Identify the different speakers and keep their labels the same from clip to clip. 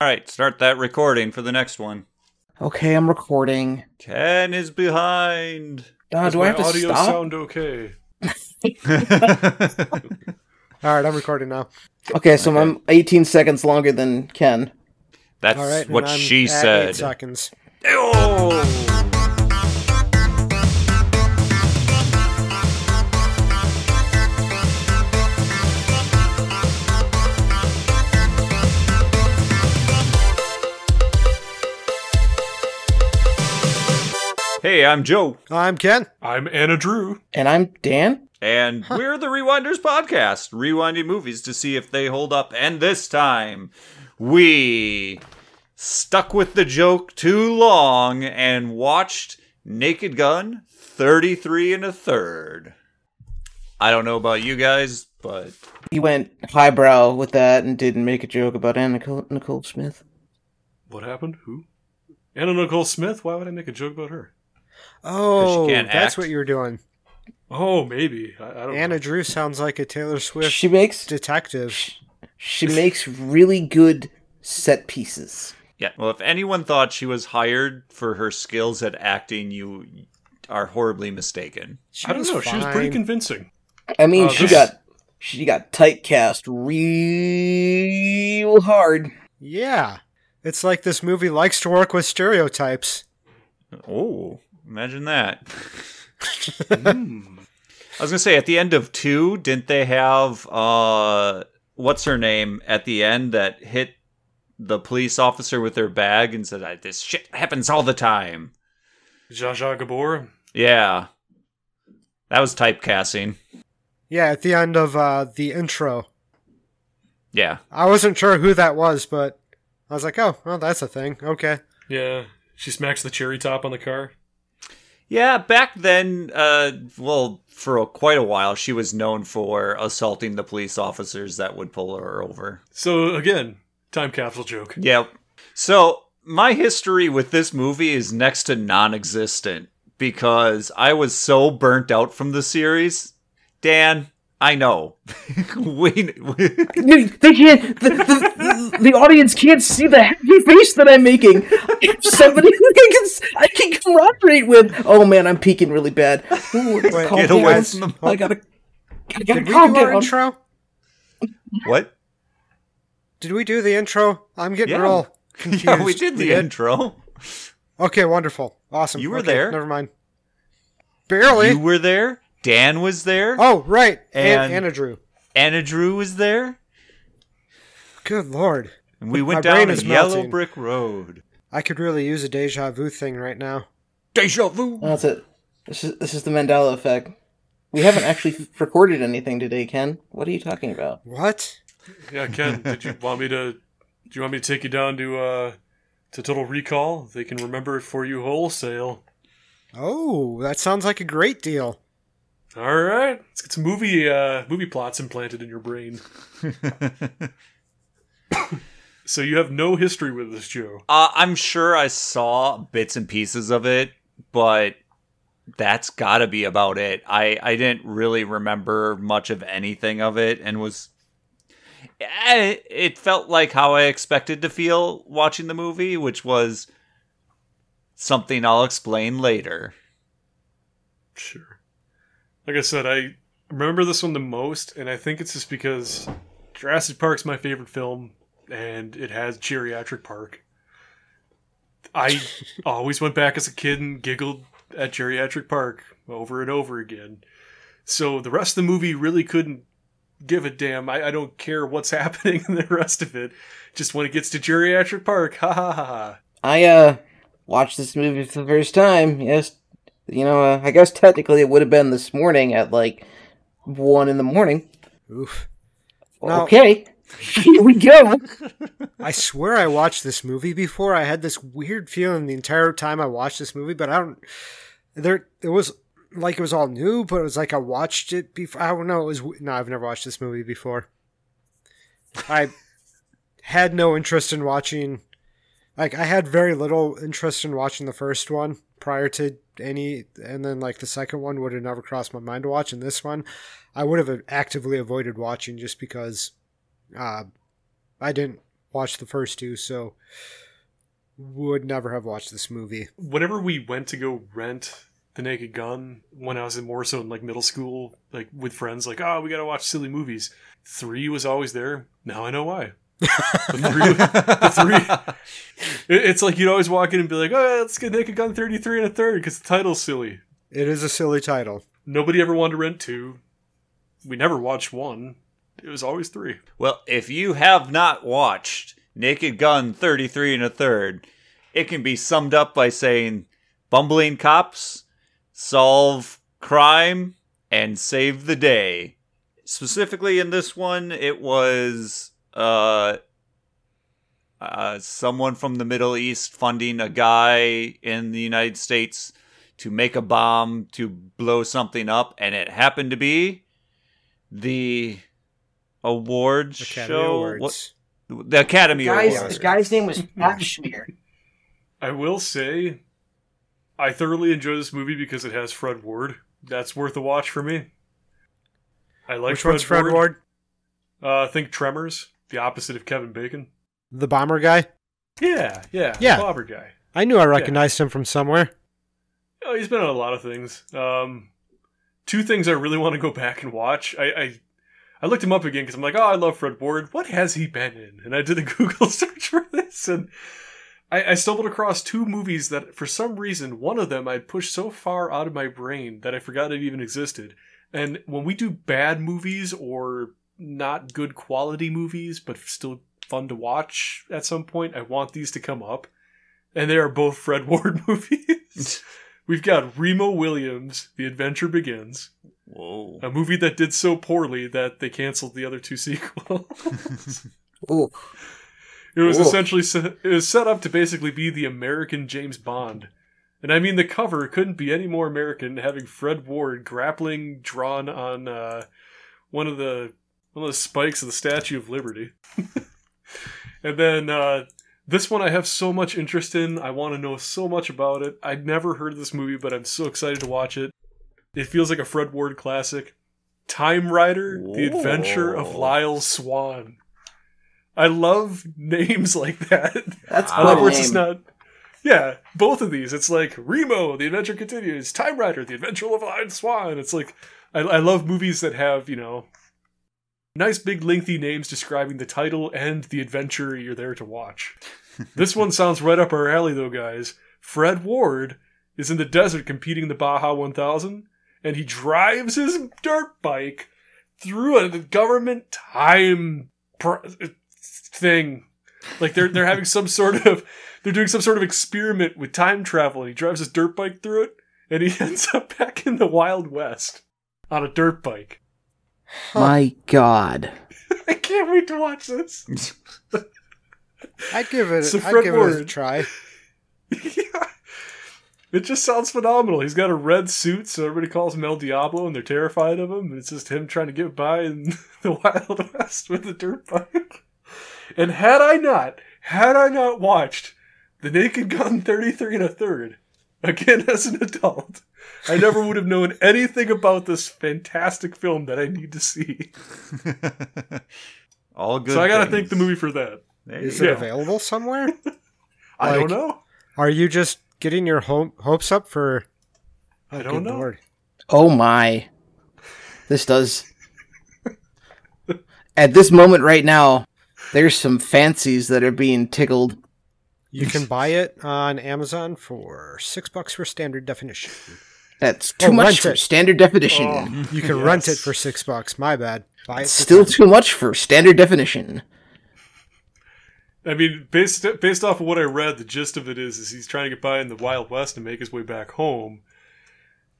Speaker 1: All right, start that recording for the next one.
Speaker 2: Okay, I'm recording.
Speaker 1: Ken is behind.
Speaker 2: Uh,
Speaker 3: Does
Speaker 2: do I
Speaker 3: my
Speaker 2: have to
Speaker 3: audio
Speaker 2: stop?
Speaker 3: sound okay?
Speaker 4: All right, I'm recording now.
Speaker 2: Okay, so
Speaker 1: Okay.
Speaker 2: I'm 18 seconds longer than Ken.
Speaker 1: That's
Speaker 4: All right, and
Speaker 1: what
Speaker 4: I'm
Speaker 1: she
Speaker 4: at Eight
Speaker 1: said.
Speaker 4: seconds.
Speaker 1: Oh! Hey, I'm Joe,
Speaker 4: I'm Ken.
Speaker 3: I'm Anna Drew.
Speaker 2: And I'm Dan?
Speaker 1: and we're the Rewinders podcast, rewinding movies to see if they hold up. And this time, we stuck with the joke too long and watched Naked Gun 33 and a third. I don't know about you guys, but
Speaker 2: He went highbrow with that and didn't make a joke about Anna Nicole, Nicole Smith.
Speaker 3: What happened? Who? Anna Nicole Smith? Why would I make a joke about her?
Speaker 4: Oh,
Speaker 1: can't
Speaker 4: that's
Speaker 1: act.
Speaker 4: what you were doing.
Speaker 3: Oh, maybe. I, I don't
Speaker 4: Anna
Speaker 3: know.
Speaker 4: Drew sounds like a Taylor Swift
Speaker 2: She makes
Speaker 4: detective.
Speaker 2: she makes really good set pieces.
Speaker 1: yeah. Well, if anyone thought she was hired for her skills at acting, you are horribly mistaken.
Speaker 4: She
Speaker 3: I don't know. She was pretty
Speaker 4: fine.
Speaker 3: convincing.
Speaker 2: I mean,
Speaker 3: Uh,
Speaker 2: she
Speaker 3: this-
Speaker 2: got she got typecast real hard.
Speaker 4: yeah, it's like this movie likes to work with stereotypes.
Speaker 1: Oh, imagine that.
Speaker 3: Hmm.
Speaker 1: I was gonna say at the end of two, didn't they have uh what's her name at the end that hit the police officer with their bag and said "I- this shit happens all the time?
Speaker 3: Zsa Zsa Gabor.
Speaker 1: Yeah. That was typecasting.
Speaker 4: Yeah, at the end of uh, the intro,
Speaker 1: Yeah.
Speaker 4: I wasn't sure who that was, but I was like, oh, well, that's a thing. Okay.
Speaker 3: Yeah. She smacks the cherry top on the car.
Speaker 1: Yeah, back then, uh well, for a, quite a while she was known for assaulting the police officers that would pull her over.
Speaker 3: So, again, time capsule joke.
Speaker 1: Yep. So my history with this movie is next to non-existent because I was so burnt out from the series. Dan, I know. we, we-
Speaker 2: They can't. The, the, the audience can't see the happy face that I'm making. If somebody who I can, I can corroborate with. Oh man, I'm peeking really bad. Ooh,
Speaker 4: Wait,
Speaker 2: calm
Speaker 1: get away
Speaker 2: down.
Speaker 1: from them.
Speaker 2: I gotta. I gotta
Speaker 4: Did we do
Speaker 2: calm
Speaker 4: our
Speaker 2: down.
Speaker 4: intro?
Speaker 1: what?
Speaker 4: Did we do the intro? I'm getting
Speaker 1: Yeah.
Speaker 4: real confused.
Speaker 1: Yeah, we did the
Speaker 4: did?
Speaker 1: intro.
Speaker 4: Okay, wonderful, awesome.
Speaker 1: You were
Speaker 4: Okay,
Speaker 1: there.
Speaker 4: Never mind. Barely.
Speaker 1: You were there. Dan was there.
Speaker 4: Oh, right. And,
Speaker 1: And-
Speaker 4: Anna Drew.
Speaker 1: Anna Drew was there.
Speaker 4: Good lord.
Speaker 1: And we
Speaker 4: My
Speaker 1: went
Speaker 4: brain
Speaker 1: down a
Speaker 4: is
Speaker 1: yellow
Speaker 4: melting.
Speaker 1: brick road.
Speaker 4: I could really use a deja vu thing right now.
Speaker 1: Deja vu.
Speaker 2: Oh, That's it. This is this is the Mandela effect. We haven't actually recorded anything today, Ken. What are you talking about?
Speaker 4: What?
Speaker 3: Yeah, Ken, did you want me to. Do you want me to take you down to, uh, to Total Recall? They can remember it for you wholesale.
Speaker 4: Oh, that sounds like a great deal.
Speaker 3: All right. Let's get some movie, uh, movie plots implanted in your brain. So you have no history with this, Joe.
Speaker 1: Uh, I'm sure I saw bits and pieces of it, but that's got to be about it. I, I didn't really remember much of anything of it and was. Eh, It felt like how I expected to feel watching the movie, which was something I'll explain later.
Speaker 3: Sure. Like I said, I remember this one the most, and I think it's just because Jurassic Park's my favorite film, and it has Geriatric Park. I always went back as a kid and giggled at Geriatric Park over and over again. So the rest of the movie really couldn't give a damn. I, I don't care what's happening in the rest of it. Just when it gets to Geriatric Park, ha ha ha ha.
Speaker 2: I uh watched this movie for the first time. Yes, you know, uh, I guess technically it would have been this morning at like one in the morning.
Speaker 4: Oof. No.
Speaker 2: Okay, here we go.
Speaker 4: I swear I watched this movie before. I had this weird feeling the entire time I watched this movie, but I don't. There, it was like it was all new, but it was like I watched it before. I don't know. It was w- no, I've never watched this movie before. I had no interest in watching. Like I had very little interest in watching the first one prior to any, and then like the second one would have never crossed my mind to watch, and this one I would have actively avoided watching just because uh, I didn't watched the first two, so would never have watched this movie.
Speaker 3: whenever we went to go rent the naked gun when i was in more so in like middle school like with friends like oh we gotta watch silly movies three was always there now i know why the three, the it- it's like you'd always walk in and be like oh let's get naked gun 33 and a third because the title's silly
Speaker 4: It is a silly title.
Speaker 3: nobody ever wanted to rent two we never watched one it was always three
Speaker 1: Well, if you have not watched Naked Gun 33 and a third, it can be summed up by saying bumbling cops solve crime and save the day. Specifically in this one, it was uh uh, someone from the Middle East funding a guy in the United States to make a bomb to blow something up, and it happened to be the awards
Speaker 4: Academy
Speaker 1: show.
Speaker 4: Awards.
Speaker 1: What- the Academy
Speaker 2: Guys,
Speaker 1: Awards.
Speaker 2: the guy's name was Pat Schmier.
Speaker 3: I will say, I thoroughly enjoy this movie because it has Fred Ward. That's worth a watch for me. I like
Speaker 4: Which
Speaker 3: Fred,
Speaker 4: one's Fred
Speaker 3: Ward.
Speaker 4: Ward?
Speaker 3: Uh, I think Tremors, the opposite of Kevin Bacon.
Speaker 4: The bomber guy?
Speaker 3: Yeah, yeah,
Speaker 4: Yeah.
Speaker 3: Bobber guy.
Speaker 4: I knew I recognized him from somewhere.
Speaker 3: Oh, he's been on a lot of things. Um, two things I really want to go back and watch. I, I, I looked him up again because I'm like, oh, I love Fred Ward. What has he been in? And I did a Google search for this, and I, I stumbled across two movies that, for some reason, one of them I pushed so far out of my brain that I forgot it even existed. And when we do bad movies or not good quality movies, but still fun to watch at some point, I want these to come up. And they are both Fred Ward movies. We've got Remo Williams, The Adventure Begins,
Speaker 1: Whoa.
Speaker 3: a movie that did so poorly that they canceled the other two sequels.
Speaker 2: Ooh.
Speaker 3: it was
Speaker 2: Oof.
Speaker 3: essentially se- it was set up to basically be the American James Bond. And I mean, the cover couldn't be any more American, having Fred Ward grappling, drawn on uh, one of the one of the spikes of the Statue of Liberty. and then uh, this one I have so much interest in. I want to know so much about it. I'd never heard of this movie, but I'm so excited to watch it. It feels like a Fred Ward classic. Time Rider: The Adventure of
Speaker 1: Whoa.
Speaker 3: Lyle Swan. I love names like that.
Speaker 2: That's
Speaker 1: I
Speaker 3: I
Speaker 2: quite
Speaker 3: love
Speaker 2: a
Speaker 3: where Ah. it's just
Speaker 2: name.
Speaker 3: not. Yeah, both of these. It's like Remo, The Adventure Continues, Time Rider, The Adventure of Lion Swan. It's like I, I love movies that have you know nice big lengthy names describing the title and the adventure you're there to watch. this one sounds right up our alley, though, guys. Fred Ward is in the desert competing in the Baja 1000, and he drives his dirt bike through a government time pr- thing. Like they're they're having some sort of they're doing some sort of experiment with time travel, and he drives his dirt bike through it, and he ends up back in the Wild West on a dirt bike.
Speaker 2: My God.
Speaker 3: I can't wait to watch this.
Speaker 4: Oh. I'd give it.
Speaker 3: So
Speaker 4: I'd
Speaker 3: Fred
Speaker 4: give it a
Speaker 3: Ward.
Speaker 4: try.
Speaker 3: Yeah. It just sounds phenomenal. He's got a red suit, so everybody calls him El Diablo, and they're terrified of him. And it's just him trying to get by in the Wild West with a dirt bike. And had I not, had I not watched The Naked Gun 33 and a third, again as an adult, I never would have known anything about this fantastic film that I need to see.
Speaker 1: All good.
Speaker 3: so I gotta
Speaker 1: things.
Speaker 3: thank the movie for that.
Speaker 1: There you
Speaker 4: Is
Speaker 1: go.
Speaker 4: it
Speaker 3: Yeah.
Speaker 4: available somewhere?
Speaker 3: I
Speaker 4: Like-
Speaker 3: don't know.
Speaker 4: Are you just getting your ho- hopes up for?
Speaker 3: I don't
Speaker 4: Good
Speaker 3: know.
Speaker 4: Lord.
Speaker 2: Oh my. This does. At this moment right now, there's some fancies that are being tickled.
Speaker 4: You can buy it on Amazon for six bucks for standard definition.
Speaker 2: That's too
Speaker 4: Oh,
Speaker 2: much
Speaker 4: rent
Speaker 2: for
Speaker 4: it.
Speaker 2: standard definition.
Speaker 3: Oh,
Speaker 4: You can
Speaker 3: Yes.
Speaker 4: rent it for six bucks. My bad. Buy it.
Speaker 2: It's
Speaker 4: for
Speaker 2: still
Speaker 4: ten.
Speaker 2: too much for standard definition.
Speaker 3: I mean, based based off of what I read, the gist of it is is he's trying to get by in the Wild West and make his way back home.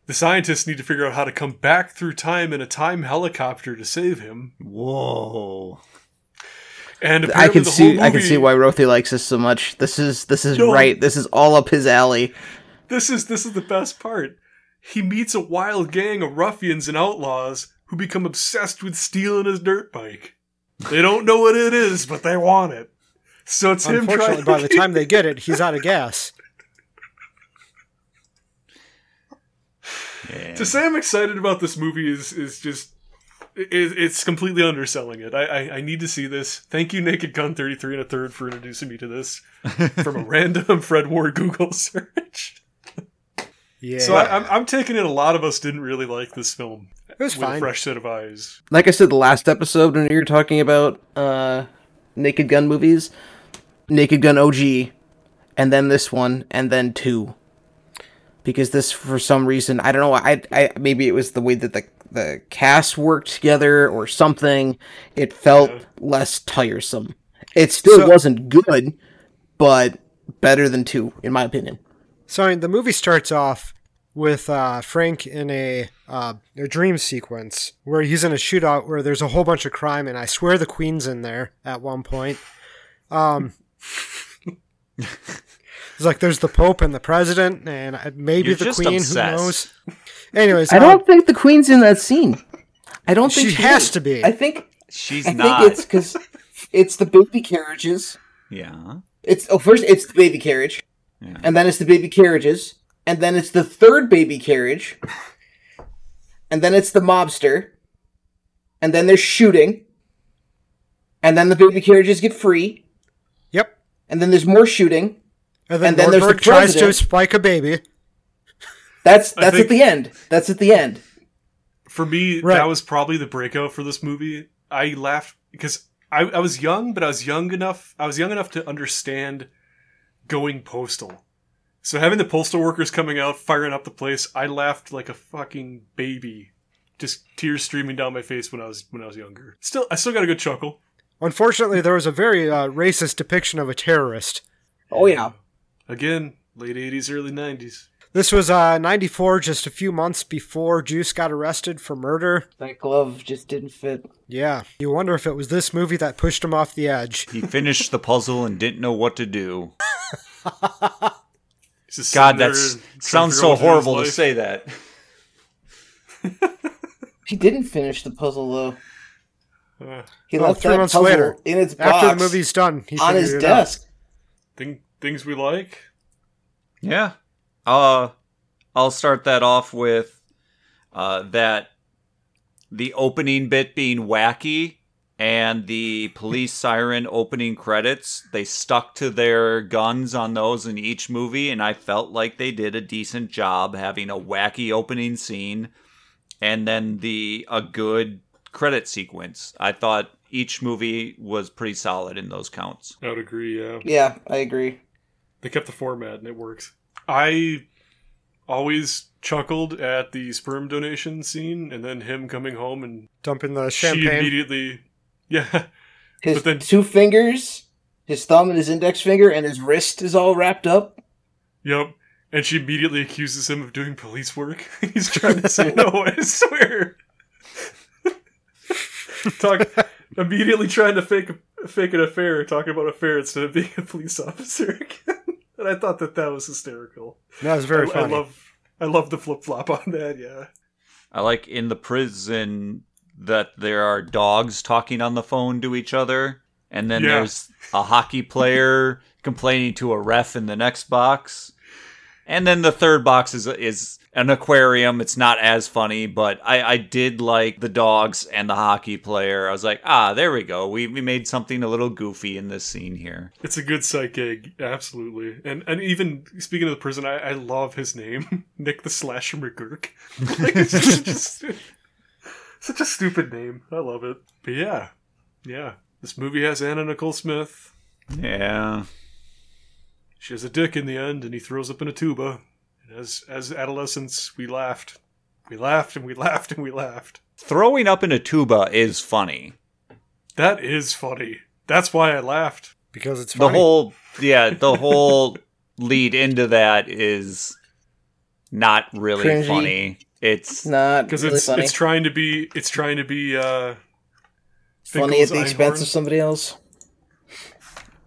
Speaker 3: The scientists need to figure out how to come back through time in a time helicopter to save him.
Speaker 1: Whoa.
Speaker 3: And
Speaker 2: I
Speaker 3: apparently
Speaker 2: can
Speaker 3: the whole
Speaker 2: see I can
Speaker 3: movie-
Speaker 2: see why Rothy likes this so much. This is this is
Speaker 3: No.
Speaker 2: right. This is all up his alley.
Speaker 3: this is this is the best part. He meets a wild gang of ruffians and outlaws who become obsessed with stealing his dirt bike. They don't know what it is, but they want it. So it's him trying.
Speaker 4: Unfortunately,
Speaker 3: To
Speaker 4: by the time they get it, he's out of gas.
Speaker 1: Yeah.
Speaker 3: to say I'm excited about this movie is is just it, it's completely underselling it. I, I I need to see this. Thank you, Naked Gun thirty three and a third, for introducing me to this from a random Fred Ward Google search.
Speaker 4: Yeah,
Speaker 3: So I, I'm I'm taking it. A lot of us didn't really like this film
Speaker 4: it was
Speaker 3: with a
Speaker 4: fine.
Speaker 3: fresh set of eyes.
Speaker 2: like I said, the last episode when you were talking about uh, Naked Gun movies, Naked Gun OG, and then this one, and then two, because this for some reason I don't know I, I maybe it was the way that the the cast worked together or something, it felt less tiresome. It still
Speaker 4: So-
Speaker 2: wasn't good, but better than two in my opinion.
Speaker 4: So I mean, the movie starts off with uh, Frank in a, uh, a dream sequence where he's in a shootout where there's a whole bunch of crime, and I swear the Queen's in there at one point. Um, it's like there's the Pope and the President, and I- maybe
Speaker 1: You're
Speaker 4: the
Speaker 1: just
Speaker 4: Queen.
Speaker 1: obsessed.
Speaker 4: Who knows? Anyways,
Speaker 2: I
Speaker 4: um,
Speaker 2: don't think the queen's in that scene. I don't think
Speaker 4: She has
Speaker 2: is.
Speaker 4: to be.
Speaker 2: I think
Speaker 1: She's
Speaker 2: I
Speaker 1: not.
Speaker 2: think it's because it's the baby carriages.
Speaker 1: yeah.
Speaker 2: It's oh, first it's the baby carriage,
Speaker 1: Yeah.
Speaker 2: and then it's the baby carriages, and then it's the third baby carriage, and then it's the mobster, and then there's shooting, and then the baby carriages get free,
Speaker 4: Yep.
Speaker 2: and then there's more shooting.
Speaker 4: And then,
Speaker 2: And then there's the
Speaker 4: Nordberg tries to
Speaker 2: president.
Speaker 4: spike a baby.
Speaker 2: That's
Speaker 3: I
Speaker 2: that's
Speaker 3: think-
Speaker 2: at the end. That's at the end.
Speaker 3: for me
Speaker 4: Right.
Speaker 3: that was probably the breakout for this movie i laughed because I, I was young but i was young enough i was young enough to understand going postal so having the postal workers coming out firing up the place i laughed like a fucking baby just tears streaming down my face when i was when i was younger still i still got a good chuckle
Speaker 4: Unfortunately, there was a very uh, racist depiction of a terrorist.
Speaker 2: Oh yeah,
Speaker 3: again late 80s early 90s
Speaker 4: This was uh, 94, just a few months before Juice got arrested for murder.
Speaker 2: that glove just didn't fit.
Speaker 4: Yeah. You wonder if it was this movie that pushed him off the edge.
Speaker 1: He finished the puzzle and didn't know what to do.
Speaker 3: He's just
Speaker 1: God,
Speaker 3: sitting there
Speaker 1: that
Speaker 3: trying to
Speaker 1: sounds
Speaker 3: figure
Speaker 1: so
Speaker 3: out what his
Speaker 1: horrible to
Speaker 3: life-
Speaker 1: say that.
Speaker 2: He didn't finish the puzzle though.
Speaker 3: Uh,
Speaker 2: He
Speaker 4: Oh,
Speaker 2: left
Speaker 4: three
Speaker 2: that
Speaker 4: months
Speaker 2: puzzle
Speaker 4: later,
Speaker 2: in its box
Speaker 4: After the movie's done, he
Speaker 2: on
Speaker 4: figured
Speaker 2: his
Speaker 4: it out.
Speaker 2: desk.
Speaker 3: thing, things we like
Speaker 1: Yeah. Uh I'll start that off with uh that the opening bit being wacky and the police siren opening credits, they stuck to their guns on those in each movie and I felt like they did a decent job having a wacky opening scene and then the a good credit sequence. I thought each movie was pretty solid in those counts.
Speaker 3: i would agree yeah
Speaker 2: Yeah, I agree.
Speaker 3: They kept the format and it works. I always chuckled at the sperm donation scene and then him coming home and
Speaker 4: Dumping the
Speaker 3: she
Speaker 4: champagne.
Speaker 3: immediately Yeah.
Speaker 2: His
Speaker 3: But then-
Speaker 2: two fingers, his thumb and his index finger, and his wrist is all wrapped up.
Speaker 3: Yep. And she immediately accuses him of doing police work. He's trying to say no, I swear. Talk immediately trying to fake fake an affair, talking about affair instead of being a police officer again. and I thought that that was hysterical.
Speaker 4: That was very
Speaker 3: I, I
Speaker 4: funny.
Speaker 3: love I love the flip flop on that, yeah.
Speaker 1: I like in the prison that there are dogs talking on the phone to each other, and then
Speaker 3: Yeah.
Speaker 1: there's a hockey player complaining to a ref in the next box, and then the third box is is an aquarium. It's not as funny, but I I did like the dogs and the hockey player. I was like, ah, there we go. We we made something a little goofy in this scene here.
Speaker 3: It's a good sight gig, absolutely. And and even speaking of the prison, I, I love his name, Nick the Slasher McGurk. Like, it's just, just- such a stupid name. I love it. But yeah, yeah. This movie has Anna Nicole Smith.
Speaker 1: Yeah,
Speaker 3: She has a dick in the end, and he throws up in a tuba. And as as adolescents, we laughed, we laughed, and we laughed, and we laughed.
Speaker 1: throwing up in a tuba is funny.
Speaker 3: That is funny. That's why I laughed.
Speaker 4: because it's
Speaker 1: the
Speaker 4: funny.
Speaker 1: whole yeah the whole lead into that is not really
Speaker 2: Cringy.
Speaker 1: funny it's
Speaker 2: It's not
Speaker 3: Because
Speaker 2: really
Speaker 3: it's
Speaker 2: funny.
Speaker 3: it's trying to be it's trying to be uh
Speaker 2: funny at
Speaker 3: Finkel's
Speaker 2: the expense
Speaker 3: Einhorn.
Speaker 2: of somebody else.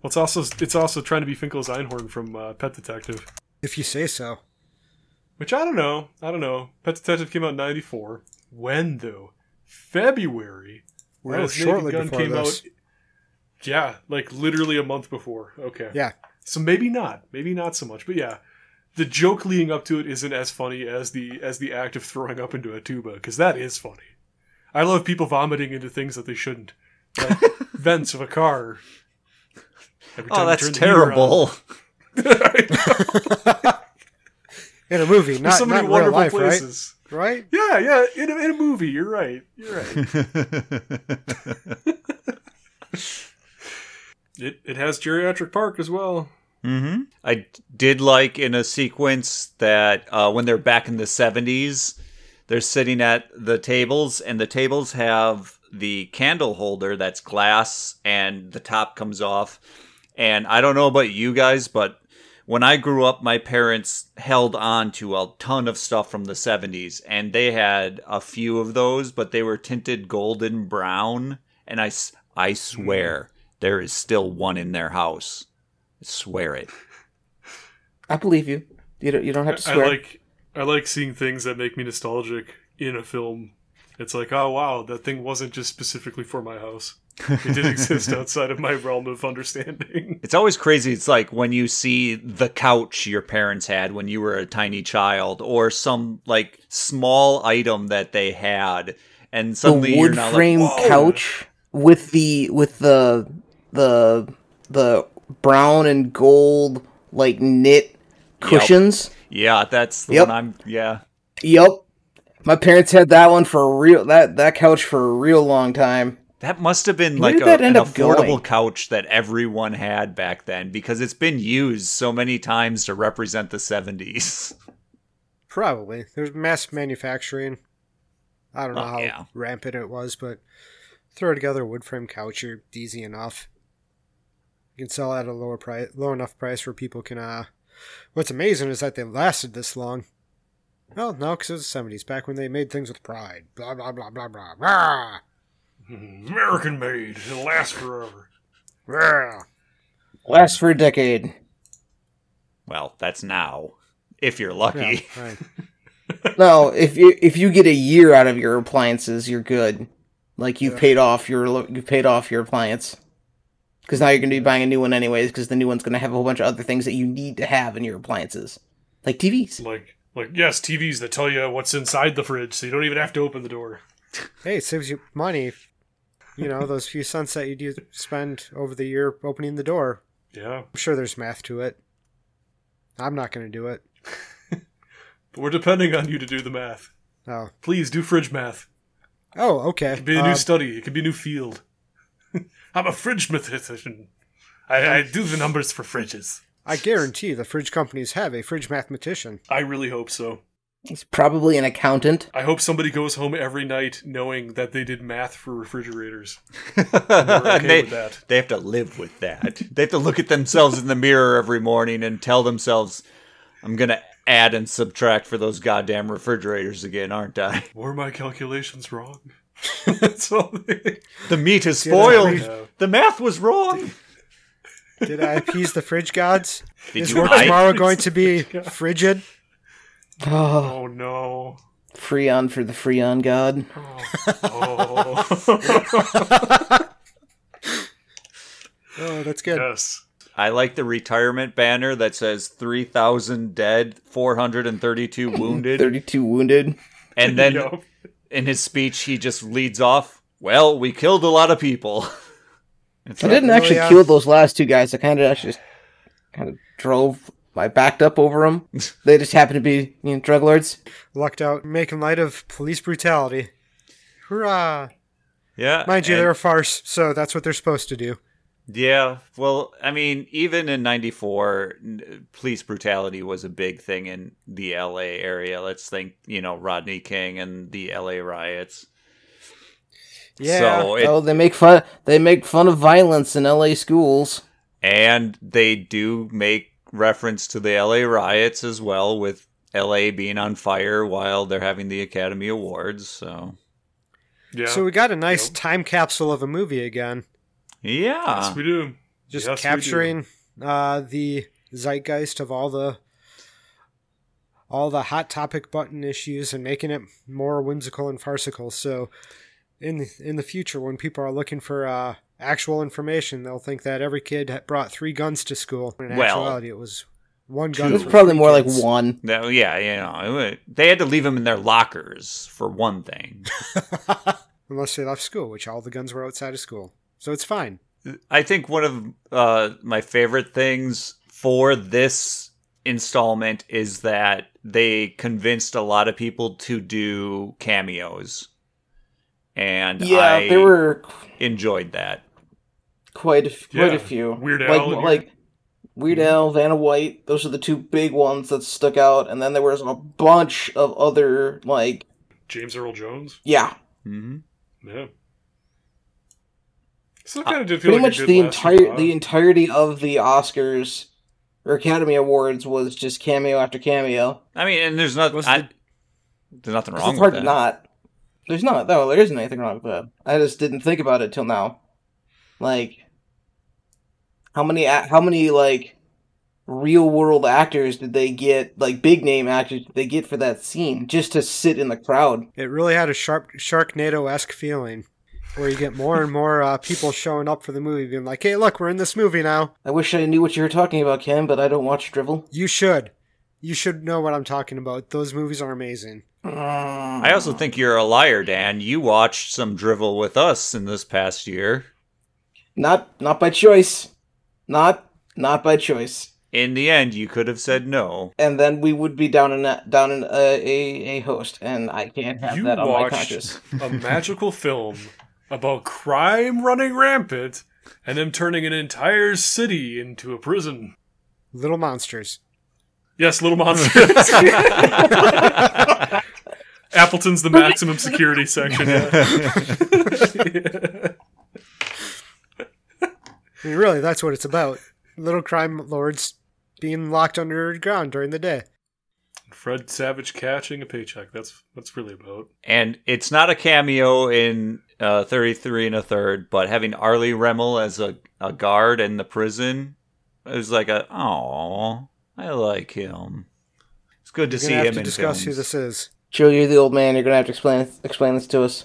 Speaker 3: Well, it's also it's also trying to be Finkel's Einhorn from uh, Pet Detective,
Speaker 4: if you say so.
Speaker 3: which I don't know. I don't know. Pet Detective came out in '94. When though? February. Whereas
Speaker 4: shortly
Speaker 3: Naked Gun
Speaker 4: before
Speaker 3: came out.
Speaker 4: this.
Speaker 3: Yeah, like literally a month before. Okay.
Speaker 4: Yeah.
Speaker 3: So maybe not. Maybe not so much. But yeah, the joke leading up to it isn't as funny as the as the act of throwing up into a tuba because that is funny. I love people vomiting into things that they shouldn't, like vents of a car. Every
Speaker 1: Oh,
Speaker 3: time you
Speaker 1: that's
Speaker 3: turn the heater
Speaker 1: terrible.
Speaker 4: in a movie,
Speaker 3: on. There's
Speaker 4: not,
Speaker 3: so
Speaker 4: not
Speaker 3: many
Speaker 4: in real
Speaker 3: wonderful
Speaker 4: life,
Speaker 3: places.
Speaker 4: right? Right?
Speaker 3: Yeah, yeah, in a, in a movie. You're right. You're right. It, it has geriatric park as well.
Speaker 1: hmm I did like in a sequence that uh, when they're back in the 70s, they're sitting at the tables, and the tables have the candle holder that's glass, and the top comes off. And I don't know about you guys, but when I grew up, my parents held on to a ton of stuff from the 70s, and they had a few of those, but they were tinted golden brown. And I, s- I swear, there is still one in their house. Swear it.
Speaker 2: I believe you. You don't, you don't have to
Speaker 3: I
Speaker 2: swear.
Speaker 3: like I like seeing things that make me nostalgic in a film. It's like, oh wow, that thing wasn't just specifically for my house. It did exist outside of my realm of understanding.
Speaker 1: It's always crazy. It's like when you see the couch your parents had when you were a tiny child, or some like small item that they had, and
Speaker 2: the
Speaker 1: suddenly you're
Speaker 2: wood
Speaker 1: not
Speaker 2: frame
Speaker 1: like, Whoa!
Speaker 2: couch with the with the the the brown and gold like knit cushions.
Speaker 1: Yeah, that's the
Speaker 2: Yep.
Speaker 1: one I'm. Yeah,
Speaker 2: Yep. My parents had that one for a real that that couch for a real long time.
Speaker 1: that must have been
Speaker 2: Where
Speaker 1: like
Speaker 2: did
Speaker 1: a,
Speaker 2: that
Speaker 1: an
Speaker 2: end up
Speaker 1: affordable
Speaker 2: going?
Speaker 1: couch that everyone had back then because it's been used so many times to represent the '70s.
Speaker 4: Probably. There's mass manufacturing. I don't know
Speaker 1: Oh,
Speaker 4: how
Speaker 1: yeah.
Speaker 4: rampant it was, but throw together a wood frame couch, you're easy enough. You can sell at a lower price, low enough price where people can. uh What's amazing is that they lasted this long. Well, no, because it was the 70s, back when they made things with pride. Blah, blah, blah, blah, blah. Rah!
Speaker 3: American made. It'll last forever.
Speaker 4: Rah!
Speaker 2: Lasts for a decade.
Speaker 1: Well, that's now, if you're lucky.
Speaker 4: Yeah, right.
Speaker 2: No, if you if you get a year out of your appliances, you're good. Like you've
Speaker 4: Yeah.
Speaker 2: paid off your lo- you've paid off your appliance. Because now you're going to be buying a new one anyways. Because the new one's going to have a whole bunch of other things that you need to have in your appliances, like TVs.
Speaker 3: Like like yes, TVs that tell you what's inside the fridge, so you don't even have to open the door.
Speaker 4: Hey, it saves you money. You know, those few cents that you do spend over the year opening the door.
Speaker 3: Yeah.
Speaker 4: I'm sure there's math to it. I'm not going to do it.
Speaker 3: But we're depending on you to do the math.
Speaker 4: Oh.
Speaker 3: Please do fridge math.
Speaker 4: Oh,
Speaker 3: It
Speaker 4: okay.
Speaker 3: could be a new
Speaker 2: Um,
Speaker 4: Uh,
Speaker 3: study. It could be a new field. I'm a fridge mathematician. I, I do the numbers for fridges.
Speaker 4: I guarantee the fridge companies have a fridge mathematician.
Speaker 3: I really hope so.
Speaker 2: He's probably an accountant.
Speaker 3: I hope somebody goes home every night knowing that they did math for refrigerators. okay
Speaker 1: they,
Speaker 3: with that.
Speaker 1: they have to live with that. They have to look at themselves in the mirror every morning and tell themselves, I'm going to add and subtract for those goddamn refrigerators again, aren't I?
Speaker 3: Were my calculations wrong? That's all they.
Speaker 1: The meat is
Speaker 4: that's
Speaker 1: spoiled.
Speaker 3: pretty-
Speaker 1: the math was wrong.
Speaker 4: Did I appease the fridge gods?
Speaker 1: Did
Speaker 4: Is
Speaker 1: you
Speaker 4: work
Speaker 1: like-
Speaker 4: tomorrow going to be frigid?
Speaker 2: Oh,
Speaker 3: Oh no.
Speaker 2: Freon for the Freon God.
Speaker 3: Oh.
Speaker 4: Oh, that's good.
Speaker 3: yes.
Speaker 1: I like the retirement banner that says 3,000 dead, 432 wounded.
Speaker 2: Thirty-two wounded.
Speaker 1: And then
Speaker 3: Yup.
Speaker 1: in his speech, he just leads off, Well, we killed a lot of people. It's
Speaker 2: I
Speaker 1: like-
Speaker 2: didn't actually
Speaker 4: Oh, yeah.
Speaker 2: kill those last two guys. I kind of actually just kind of drove. I backed up over them. They just happened to be you know, drug lords.
Speaker 4: Lucked out, making light of police brutality. Hurrah!
Speaker 1: yeah.
Speaker 4: Mind you,
Speaker 1: and-
Speaker 4: they're a farce, so that's what they're supposed to do.
Speaker 1: Yeah, well, I mean, even in '94, n- police brutality was a big thing in the LA area. Let's think, you know, Rodney King and the LA riots.
Speaker 4: Yeah.
Speaker 1: So it,
Speaker 2: oh, they make fun. They make fun of violence in L.A. schools.
Speaker 1: and they do make reference to the LA riots as well, with LA being on fire while they're having the Academy Awards. So
Speaker 3: Yeah.
Speaker 4: So we got a nice
Speaker 3: Yep.
Speaker 4: time capsule of a movie again.
Speaker 2: uh,
Speaker 1: yeah,
Speaker 3: yes, we do.
Speaker 4: just
Speaker 3: Yes, we do.
Speaker 4: capturing uh, the zeitgeist of all the all the hot topic button issues and making it more whimsical and farcical. So in the, in the future, when people are looking for uh, actual information, they'll think that every kid had brought three guns to school. In
Speaker 1: Well,
Speaker 4: actuality, it was one gun.
Speaker 1: two.
Speaker 2: It's
Speaker 4: for
Speaker 2: probably
Speaker 4: three
Speaker 2: more like
Speaker 4: kids.
Speaker 2: one.
Speaker 1: No, yeah, you know, it wa- they had to leave them in their lockers for one thing.
Speaker 4: unless they left school, which all the guns were outside of school. So it's fine.
Speaker 1: I think one of uh, my favorite things for this installment is that they convinced a lot of people to do cameos, and
Speaker 2: Yeah,
Speaker 1: I
Speaker 2: there were
Speaker 1: enjoyed that.
Speaker 2: quite a, f- quite
Speaker 3: Yeah,
Speaker 2: a few.
Speaker 3: Weird
Speaker 2: like
Speaker 3: Al Mm-hmm. and-
Speaker 2: like Weird Al, Vanna White. Those are the two big ones that stuck out. And then there was a bunch of other like
Speaker 3: James Earl Jones.
Speaker 2: yeah,
Speaker 1: hmm
Speaker 3: Yeah. So kind of did feel
Speaker 2: Uh, pretty
Speaker 3: like it
Speaker 2: much
Speaker 3: did
Speaker 2: the
Speaker 3: last a
Speaker 2: entire
Speaker 3: while.
Speaker 2: the entirety of the Oscars or Academy Awards was just cameo after cameo.
Speaker 1: I mean, and there's not
Speaker 4: Was
Speaker 1: I,
Speaker 4: the-
Speaker 1: there's nothing
Speaker 2: 'Cause
Speaker 1: wrong
Speaker 2: it's
Speaker 1: with
Speaker 2: hard
Speaker 1: that.
Speaker 2: to not. There's not though. There isn't anything wrong with that. I just didn't think about it till now. Like, how many a- how many like real world actors did they get? Like big name actors did they get for that scene just to sit in the crowd?
Speaker 4: It really had a sharp Sharknado esque feeling, where you get more and more uh, people showing up for the movie, being like, "Hey, look, we're in this movie now."
Speaker 2: I wish I knew what you were talking about, Ken, but I don't watch drivel.
Speaker 4: You should, you should know what I'm talking about. Those movies are amazing.
Speaker 1: I
Speaker 2: I
Speaker 1: also think you're a liar, Dan. You watched some drivel with us in this past year.
Speaker 2: not not by choice, not not by choice.
Speaker 1: In the end, you could have said no.
Speaker 2: and then we would be down in a, down in a, a, a host, and I can't have
Speaker 3: You
Speaker 2: that on my
Speaker 3: watched-
Speaker 2: conscience.
Speaker 3: a magical film about crime running rampant and them turning an entire city into a prison.
Speaker 4: Little monsters.
Speaker 3: Yes, Little Monsters. Appleton's the maximum security section. yeah.
Speaker 4: I mean, really, that's what it's about. Little crime lords being locked underground during the day.
Speaker 3: Fred Savage catching a paycheck. That's that's really about.
Speaker 1: And it's not a cameo in uh, 33 and a third, but having Arlie Remmel as a, a guard in the prison, it was like a, oh, I like him. It's good to
Speaker 4: We're
Speaker 1: see
Speaker 4: gonna
Speaker 1: him
Speaker 4: have to
Speaker 1: in
Speaker 4: discuss who
Speaker 1: films.
Speaker 4: this is.
Speaker 2: Joe, you're the old man. You're gonna have to explain explain this to us.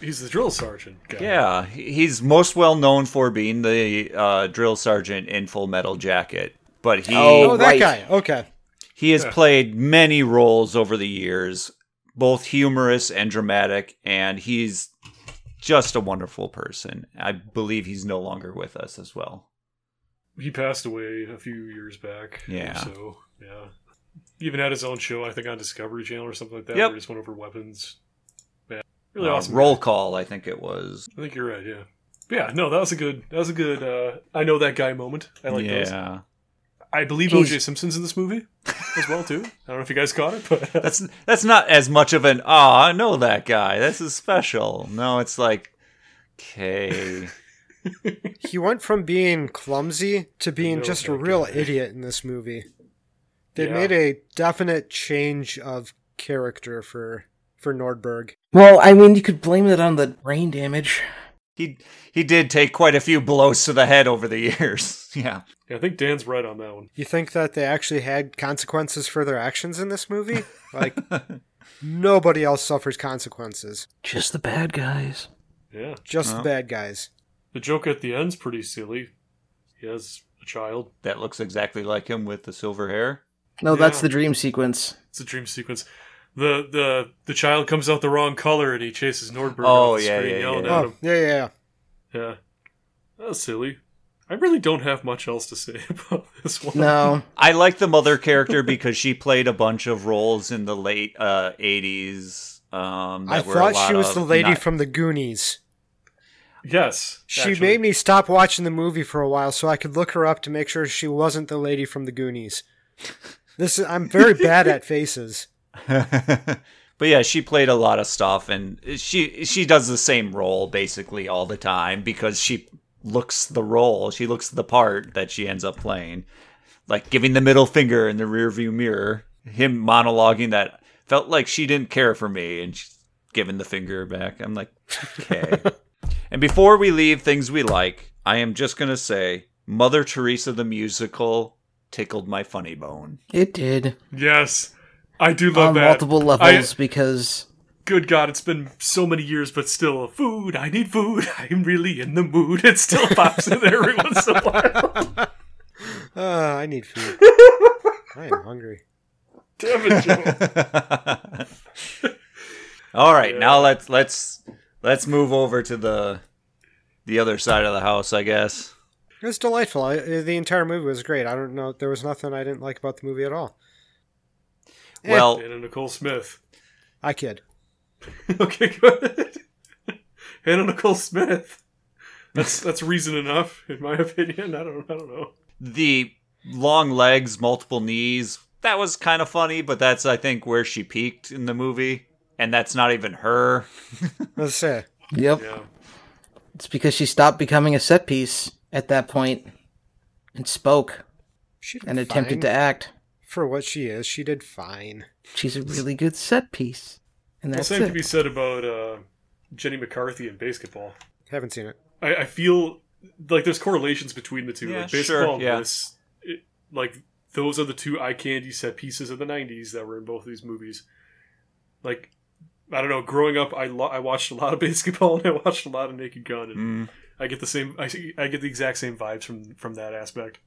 Speaker 3: He's the drill sergeant. Guy.
Speaker 1: Yeah, he- he's most well known for being the uh, drill sergeant in Full Metal Jacket, but he
Speaker 2: Oh,
Speaker 4: Oh, that
Speaker 2: right.
Speaker 4: guy. Okay.
Speaker 1: he has
Speaker 3: Yeah.
Speaker 1: played many roles over the years, both humorous and dramatic, and he's just a wonderful person. I believe he's no longer with us as well.
Speaker 3: He passed away a few years back. or
Speaker 1: Yeah.
Speaker 3: So yeah. He even had his own show, I think, on Discovery Channel or something like that.
Speaker 1: Yep.
Speaker 3: Where he just went over weapons. Yeah. Really
Speaker 1: Uh,
Speaker 3: awesome.
Speaker 1: Roll call, I think it was.
Speaker 3: I think you're right. Yeah. But yeah. No, that was a good. That was a good. Uh, I know that guy moment. I like
Speaker 1: yeah,
Speaker 3: those. I believe
Speaker 2: Jeez.
Speaker 3: OJ Simpson's in this movie as well too. I don't know if you guys caught it, but
Speaker 1: that's that's not as much of an ah. I know that guy. This is special. No, it's like okay,
Speaker 4: He went from being clumsy to being
Speaker 3: know
Speaker 4: just a
Speaker 3: that
Speaker 4: real
Speaker 3: guy.
Speaker 4: idiot in this movie. They
Speaker 3: Yeah.
Speaker 4: made a definite change of character for for Nordberg.
Speaker 2: Well, I mean, you could blame that on the brain damage.
Speaker 1: he he did take quite a few blows to the head over the years. Yeah,
Speaker 3: yeah, I think Dan's right on that one.
Speaker 4: You think that they actually had consequences for their actions in this movie? Like nobody else suffers consequences.
Speaker 2: Just the bad guys.
Speaker 3: Yeah.
Speaker 4: Just
Speaker 1: Well.
Speaker 4: the bad guys.
Speaker 3: The joke at the end's pretty silly. He has a child.
Speaker 1: that looks exactly like him with the silver hair.
Speaker 2: No,
Speaker 3: Yeah.
Speaker 2: that's the dream sequence.
Speaker 3: It's a dream sequence. The the the child comes out the wrong color and he chases Nordberg.
Speaker 1: Oh,
Speaker 3: off the
Speaker 1: yeah,
Speaker 3: screen,
Speaker 1: yeah,
Speaker 3: yelling
Speaker 1: yeah.
Speaker 3: At
Speaker 4: Oh,
Speaker 3: him.
Speaker 4: yeah, yeah, yeah.
Speaker 3: yeah. That was silly. I really don't have much else to say about this one.
Speaker 2: No,
Speaker 1: I like the mother character because she played a bunch of roles in the late uh, 80s. Um,
Speaker 4: I
Speaker 1: that were a
Speaker 4: thought she
Speaker 1: lot
Speaker 4: was
Speaker 1: of
Speaker 4: the lady
Speaker 1: not-
Speaker 4: from the Goonies.
Speaker 3: Yes.
Speaker 4: She
Speaker 3: actually.
Speaker 4: made me stop watching the movie for a while so I could look her up to make sure she wasn't the lady from the Goonies. This is, I'm very bad at faces.
Speaker 1: but yeah, she played a lot of stuff, and she she does the same role basically all the time because she looks the role, she looks the part that she ends up playing, like giving the middle finger in the rearview mirror, him monologuing that felt like she didn't care for me, and she's giving the finger back. I'm like, okay. and before we leave things we like, I am just gonna say, Mother Teresa the musical tickled my funny bone.
Speaker 2: it did
Speaker 3: Yes. I do love
Speaker 2: on
Speaker 3: that.
Speaker 2: multiple
Speaker 3: I-
Speaker 2: levels because
Speaker 3: good God, it's been so many years, but still, food. I need food. I'm really in the mood. It still pops in there every once in a while.
Speaker 4: Uh, I need food. I am hungry.
Speaker 3: Damn it, Joe.
Speaker 1: All right, now let's let's Let's move over to the the other side of the house, I guess.
Speaker 4: It was delightful. I, uh, the entire movie was great. I don't know. There was nothing I didn't like about the movie at all. Eh.
Speaker 1: Well,
Speaker 3: Anna Nicole Smith.
Speaker 4: I kid.
Speaker 3: okay, good. Anna Nicole Smith. That's that's reason enough, in my opinion. I don't I don't know.
Speaker 1: the long legs, multiple knees, that was kind of funny, but that's I think where she peaked in the movie, and that's not even her.
Speaker 4: Let's say
Speaker 2: Yep.
Speaker 3: Yeah.
Speaker 2: It's because she stopped becoming a set piece at that point and spoke
Speaker 4: she did
Speaker 2: and attempted to
Speaker 4: fine.
Speaker 2: act.
Speaker 4: for what she is. She did fine.
Speaker 2: She's a really good set piece. And
Speaker 3: The
Speaker 2: that's
Speaker 3: same
Speaker 2: it.
Speaker 3: can be said about uh, Jenny McCarthy in basketball.
Speaker 4: Haven't seen it.
Speaker 3: I, I feel like there's correlations between the two.
Speaker 1: Yeah,
Speaker 3: like baseball
Speaker 1: sure,
Speaker 3: and
Speaker 1: yeah.
Speaker 3: this, it, like those are the two eye candy set pieces of the '90s that were in both of these movies. Like, I don't know. Growing up, I lo- I watched a lot of basketball and I watched a lot of Naked Gun, and
Speaker 1: Mm.
Speaker 3: I get the same. I, see- I get the exact same vibes from from that aspect.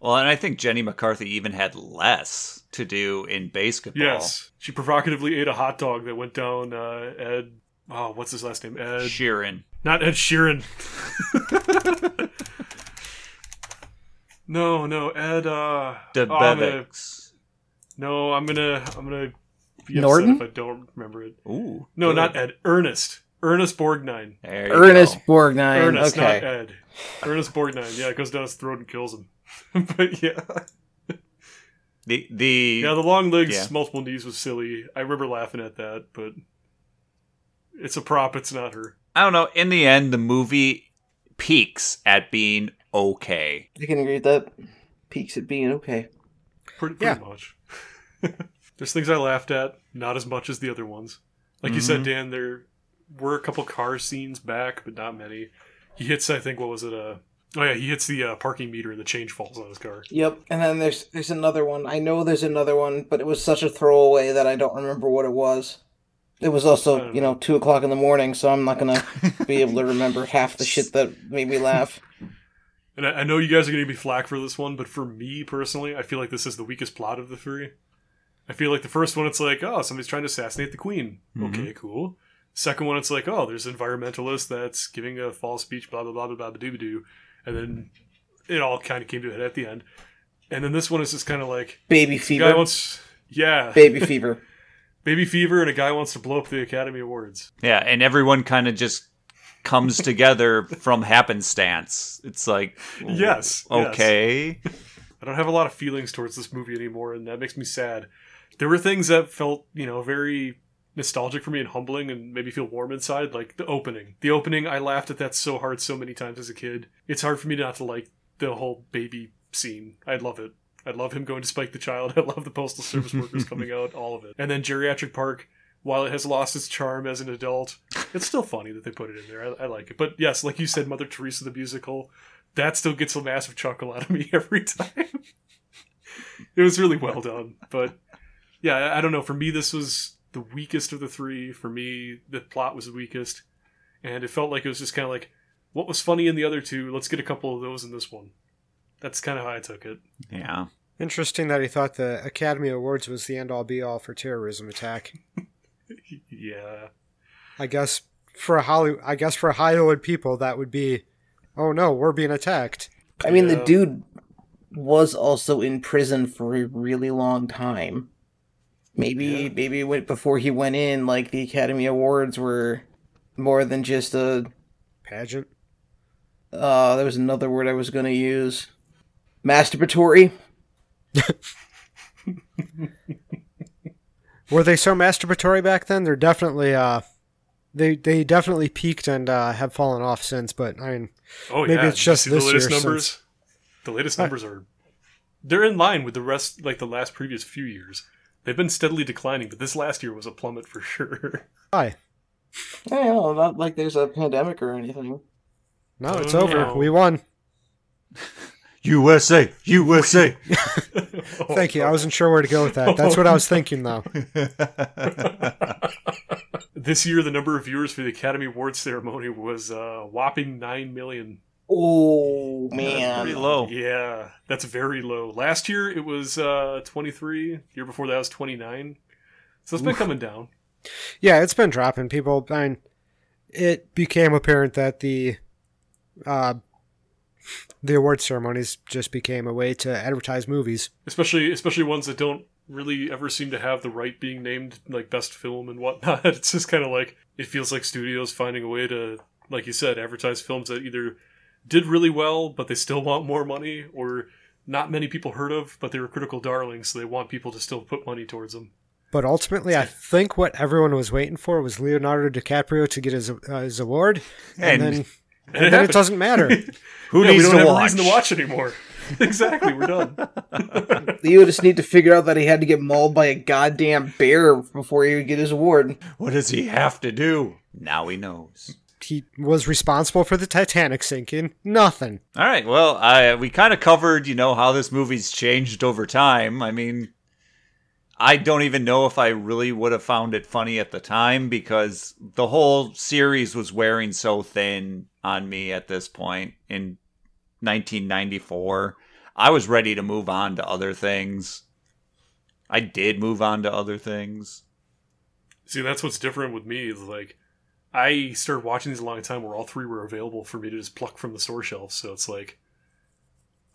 Speaker 1: Well, and I think Jenny McCarthy even had less to do in basketball.
Speaker 3: Yes, she provocatively ate a hot dog that went down uh, Ed. Oh, what's his last name? Ed.
Speaker 1: Sheeran.
Speaker 3: Not Ed Sheeran. no, no, Ed. Uh, oh, I'm gonna,
Speaker 1: DeBevics.
Speaker 3: no, I'm gonna, I'm gonna be
Speaker 2: Norton?
Speaker 3: upset if I don't remember it.
Speaker 1: Ooh.
Speaker 3: No,
Speaker 1: good.
Speaker 3: not Ed. Ernest. Ernest Borgnine.
Speaker 1: There you
Speaker 2: Ernest
Speaker 1: go.
Speaker 2: Borgnine.
Speaker 3: Ernest, not
Speaker 2: okay.
Speaker 3: Ed. Ernest Borgnine. Yeah, it goes down his throat and kills him. but yeah,
Speaker 1: The the
Speaker 3: yeah, the long legs,
Speaker 1: Yeah.
Speaker 3: multiple knees was silly. I remember laughing at that, but it's a prop. It's not her.
Speaker 1: I don't know. In the end, the movie peaks at being okay.
Speaker 2: I can agree with that. Peaks at being okay.
Speaker 3: Pretty, pretty
Speaker 4: Yeah.
Speaker 3: much. There's things I laughed at, not as much as the other ones. Like you said, Dan, there were a couple car scenes back, but not many. He hits, I think, what was it? Uh, oh yeah, he hits the uh, parking meter and the change falls on his car.
Speaker 2: Yep. And then there's there's another one. I know there's another one, but it was such a throwaway that I don't remember what it was. It was also,
Speaker 3: Um,
Speaker 2: you know, two o'clock in the morning, so I'm not gonna be able to remember half the shit that made me laugh.
Speaker 3: And I, I know you guys are going to be flack for this one, but for me personally, I feel like this is the weakest plot of the three. I feel like the first one, it's like, oh, somebody's trying to assassinate the queen. Okay, cool. Second one, it's like, oh, there's an environmentalist that's giving a false speech, blah, blah, blah, blah, blah, doo doo. And then it all kind of came to a head at the end. And then this one is just kind of like,
Speaker 2: Baby
Speaker 3: guy
Speaker 2: fever.
Speaker 3: wants, yeah,
Speaker 2: Baby fever.
Speaker 3: baby fever, and a guy wants to blow up the Academy Awards.
Speaker 1: Yeah, and everyone kind of just comes together from happenstance. It's like
Speaker 3: Yes, yes.
Speaker 1: Oh. okay.
Speaker 3: I don't have a lot of feelings towards this movie anymore, and that makes me sad. There were things that felt, you know, very nostalgic for me and humbling and made me feel warm inside, like the opening. The opening, I laughed at that so hard so many times as a kid. It's hard for me not to like the whole baby scene. I love it. I love him going to Spike the Child. I love the Postal Service workers coming out, all of it. And then Geriatric Park, while it has lost its charm as an adult, it's still funny that they put it in there. I, I like it. But yes, like you said, Mother Teresa the musical, that still gets a massive chuckle out of me every time. it was really well done, but yeah, I, I don't know. For me, this was the weakest of the three. For me, the plot was the weakest, and it felt like it was just kind of like what was funny in the other two. Let's get a couple of those in this one. That's kind of how I took it.
Speaker 1: Yeah.
Speaker 4: Interesting that he thought the Academy Awards was the end all be all for terrorism attack.
Speaker 3: Yeah,
Speaker 4: I guess for a Hollywood, I guess for Hollywood people, that would be, oh no, we're being attacked.
Speaker 2: I mean,
Speaker 3: Yeah.
Speaker 2: the dude was also in prison for a really long time. Maybe,
Speaker 3: Yeah.
Speaker 2: maybe went before he went in. Like the Academy Awards were more than just a.
Speaker 4: Pageant.
Speaker 2: Uh, there was another word I was going to use. Masturbatory.
Speaker 4: Were they so masturbatory back then? They're definitely, uh, they they definitely peaked and uh, have fallen off since. But I mean,
Speaker 3: Oh
Speaker 4: Maybe
Speaker 3: yeah,
Speaker 4: it's
Speaker 3: Did you
Speaker 4: just
Speaker 3: see
Speaker 4: this
Speaker 3: the latest
Speaker 4: year
Speaker 3: numbers. The latest numbers are they're in line with the rest, like the last previous few years. They've been steadily declining, but this last year was a plummet for sure.
Speaker 4: hi,
Speaker 2: I don't know, not like there's a pandemic or anything.
Speaker 4: no, it's
Speaker 3: Oh,
Speaker 4: over.
Speaker 3: no.
Speaker 4: We won.
Speaker 1: USA, USA.
Speaker 4: Thank you. I wasn't sure where to go with that. That's what I was thinking though.
Speaker 3: This year, the number of viewers for the Academy Awards ceremony was uh, whopping nine million.
Speaker 2: Oh
Speaker 1: pretty
Speaker 2: man,
Speaker 1: low.
Speaker 3: Yeah, that's very low. Last year it was uh, twenty three. Year before that was twenty nine. So it's been coming down.
Speaker 4: Yeah, it's been dropping. People, I mean, it became apparent that the uh, the award ceremonies just became a way to advertise movies.
Speaker 3: especially especially ones that don't really ever seem to have the right being named like best film and whatnot. It's just kind of like it feels like studios finding a way to, like you said, advertise films that either did really well but they still want more money, or not many people heard of but they were critical darlings, so they want people to still put money towards them.
Speaker 4: But ultimately, I think what everyone was waiting for was Leonardo DiCaprio to get his uh, his award, and,
Speaker 1: And-
Speaker 4: then
Speaker 3: And
Speaker 4: and then it
Speaker 3: happened.
Speaker 4: doesn't matter.
Speaker 1: Who
Speaker 3: Yeah, we
Speaker 1: needs
Speaker 3: don't
Speaker 1: to
Speaker 3: have a
Speaker 1: watch?
Speaker 3: reason to watch anymore. exactly, we're done.
Speaker 2: You just need to figure out that he had to get mauled by a goddamn bear before he would get his award.
Speaker 1: What does he have to do? Now he knows.
Speaker 4: he was responsible for the Titanic sinking. Nothing.
Speaker 1: All right. Well, I we kind of covered, you know, how this movie's changed over time. I mean, I don't even know if I really would have found it funny at the time because the whole series was wearing so thin on me at this point in 1994. I was ready to move on to other things. I did move on to other things.
Speaker 3: See, that's what's different with me is like I started watching these a long time where all three were available for me to just pluck from the store shelf. So it's like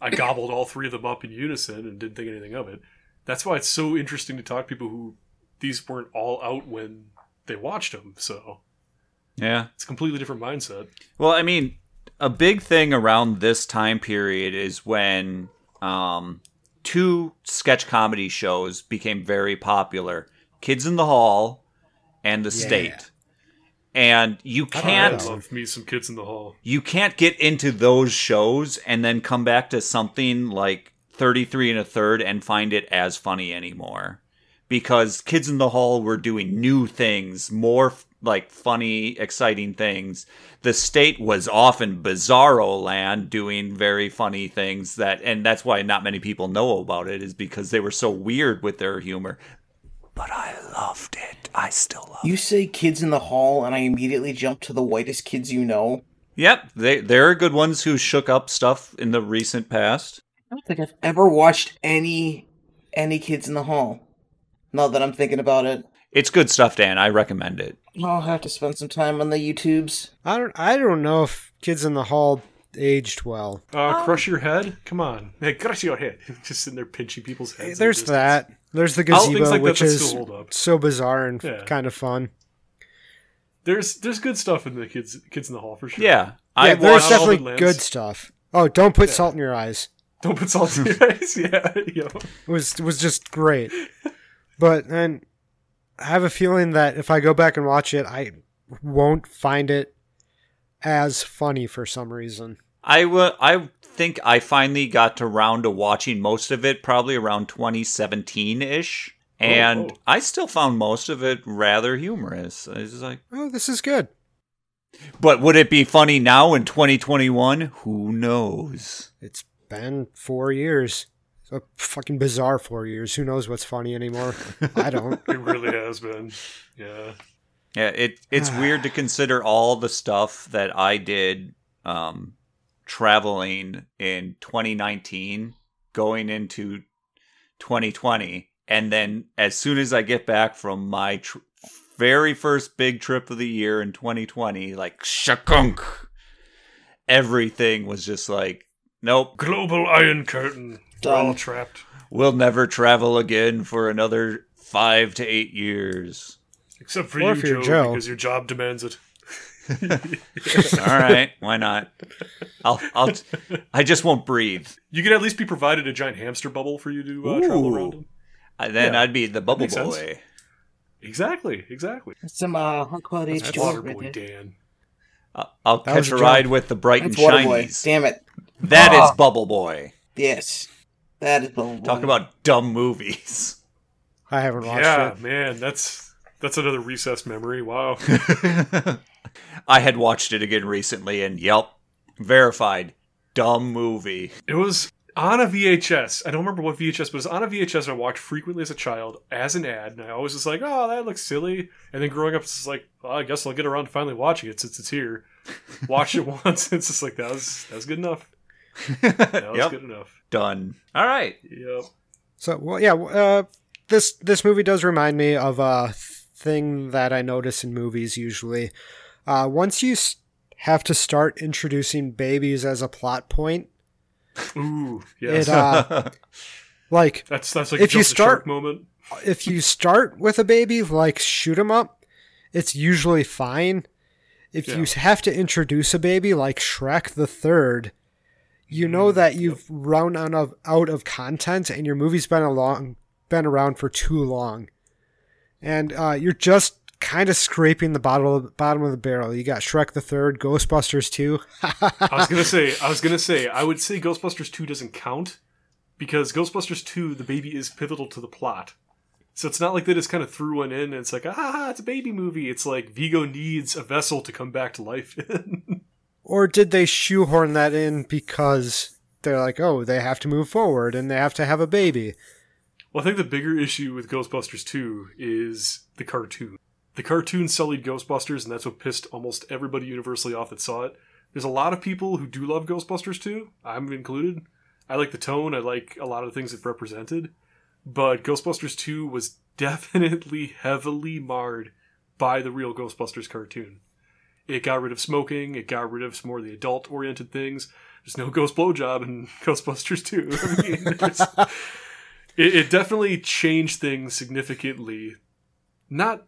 Speaker 3: I gobbled all three of them up in unison and didn't think anything of it. That's why it's so interesting to talk to people who these weren't all out when they watched them. So
Speaker 1: Yeah.
Speaker 3: it's a completely different mindset.
Speaker 1: Well, I mean, a big thing around this time period is when um, two sketch comedy shows became very popular Kids in the Hall and The State. And you
Speaker 3: I
Speaker 1: can't
Speaker 3: love me some kids in the hall.
Speaker 1: you can't get into those shows and then come back to something like 33 and a third and find it as funny anymore because kids in the hall were doing new things more f- like funny exciting things the state was often bizarro land doing very funny things that and that's why not many people know about it is because they were so weird with their humor but i loved it i still love
Speaker 2: You say kids in the hall, and I immediately jump to the whitest kids you know.
Speaker 1: Yep, they there are good ones who shook up stuff in the recent past.
Speaker 2: I don't think I've ever watched any any kids in the hall. Now that I'm thinking about it,
Speaker 1: It's good stuff, Dan. I recommend it.
Speaker 2: I'll have to spend some time on the YouTubes.
Speaker 4: I don't. I don't know if Kids in the Hall aged well.
Speaker 3: Uh, crush your head? Come on. Hey, crush your head. Just sitting there pinching people's heads. in
Speaker 4: There's
Speaker 3: the distance.
Speaker 4: that. There's the
Speaker 3: Oh, things
Speaker 4: gazebo,
Speaker 3: like that
Speaker 4: which
Speaker 3: that
Speaker 4: is
Speaker 3: still hold up.
Speaker 4: so bizarre and
Speaker 3: Yeah.
Speaker 4: kind of fun.
Speaker 3: There's there's good stuff in the kids kids in the hall for sure.
Speaker 1: Yeah,
Speaker 4: Yeah,
Speaker 1: I
Speaker 4: there's
Speaker 1: watched.
Speaker 3: definitely-
Speaker 4: definitely
Speaker 3: Lens.
Speaker 4: good stuff. Oh, don't put salt in your eyes.
Speaker 3: Don't put salt in your eyes. Yeah. Yo.
Speaker 4: It was it was just great. but and I have a feeling that if I go back and watch it, I won't find it as funny for some reason.
Speaker 1: I wa- I think I finally got to round to watching most of it, probably around 2017 ish, and
Speaker 3: oh.
Speaker 1: I still found most of it rather humorous. I was just like,
Speaker 4: Oh, this is good.
Speaker 1: but would it be funny now in 2021? Who knows?
Speaker 4: It's been four years. It's A fucking bizarre four years. Who knows what's funny anymore? I don't.
Speaker 3: It really has been. Yeah.
Speaker 1: Yeah, it it's weird to consider all the stuff that I did um traveling in 2019 going into 2020 and then as soon as I get back from my tr- very first big trip of the year in 2020 like shakunk everything was just like nope
Speaker 3: Global Iron Curtain. We're all
Speaker 2: Done.
Speaker 3: trapped.
Speaker 1: we'll never travel again for another 5 to 8 years
Speaker 3: Except for
Speaker 4: Or
Speaker 3: you,
Speaker 4: if you're
Speaker 3: Joe,
Speaker 4: Joe.
Speaker 3: because your job demands it.
Speaker 1: All right, why not? I'll, I'll, I just won't breathe.
Speaker 3: You could at least be provided a giant hamster bubble for you to uh, travel
Speaker 1: Ooh.
Speaker 3: around in.
Speaker 1: I, then
Speaker 3: Yeah,
Speaker 1: I'd be the bubble boy.
Speaker 3: makes sense. Exactly, exactly.
Speaker 2: Some uh, high quality
Speaker 3: That's
Speaker 2: H2O. right
Speaker 3: Waterboy
Speaker 2: there.
Speaker 3: Dan.
Speaker 1: I'll, I'll
Speaker 4: That was
Speaker 1: catch
Speaker 4: a
Speaker 1: a
Speaker 4: joke.
Speaker 1: ride with the bright and
Speaker 2: That's Waterboy.
Speaker 1: shinies.
Speaker 2: Damn it!
Speaker 1: That is
Speaker 2: Ah.
Speaker 1: bubble boy.
Speaker 2: Yes, that is Bubble
Speaker 1: Talk
Speaker 2: Boy.
Speaker 1: about dumb movies.
Speaker 4: I haven't watched
Speaker 3: Yeah,
Speaker 4: it.
Speaker 3: man, that's that's another recess memory. Wow.
Speaker 1: I had watched it again recently, and yep, verified dumb movie.
Speaker 3: It was on a VHS. I don't remember what VHS, but it was on a VHS I watched frequently as a child as an ad, and I always was like, "Oh, that looks silly." And then growing up, it's just like, well, "I guess I'll get around to finally watching it since it's here." Watched it once, and it's just like that was that was good enough. That was
Speaker 1: yep,
Speaker 3: good enough.
Speaker 1: done. All right.
Speaker 3: Yep.
Speaker 4: So well, yeah. Uh, this this movie does remind me of a thing that I notice in movies usually. Uh, once you s- have to start introducing babies as a plot point,
Speaker 3: Ooh, yes.
Speaker 4: it uh, like
Speaker 3: that's that's like
Speaker 4: if you
Speaker 3: jump the shark
Speaker 4: start-
Speaker 3: moment.
Speaker 4: if you start with a baby, like shoot 'em up, it's usually fine. If you have to introduce a baby, like Shrek the Third, you know that you've run out of out of content, and your movie's been a long been around for too long, and uh, you're just kind of scraping the bottom bottom of the barrel. You got Shrek the Third, Ghostbusters Two.
Speaker 3: I was gonna say, I was gonna say, I would say Ghostbusters two doesn't count because Ghostbusters two, the baby is pivotal to the plot. So it's not like they just kind of threw one in and it's like, ah, it's a baby movie. It's like Vigo needs a vessel to come back to life in.
Speaker 4: Or did they shoehorn that in because they're like, oh, they have to move forward and they have to have a baby?
Speaker 3: Well, I think the bigger issue with Ghostbusters 2 is the cartoon. The cartoon sullied Ghostbusters, and that's what pissed almost everybody universally off that saw it. There's a lot of people who do love Ghostbusters 2, I'm included. I like the tone, I like a lot of the things it represented. But Ghostbusters 2 was definitely heavily marred by the real Ghostbusters cartoon. It got rid of smoking, it got rid of some more of the adult oriented things. There's no ghost blowjob in Ghostbusters 2. I mean, there's- it, it definitely changed things significantly. Not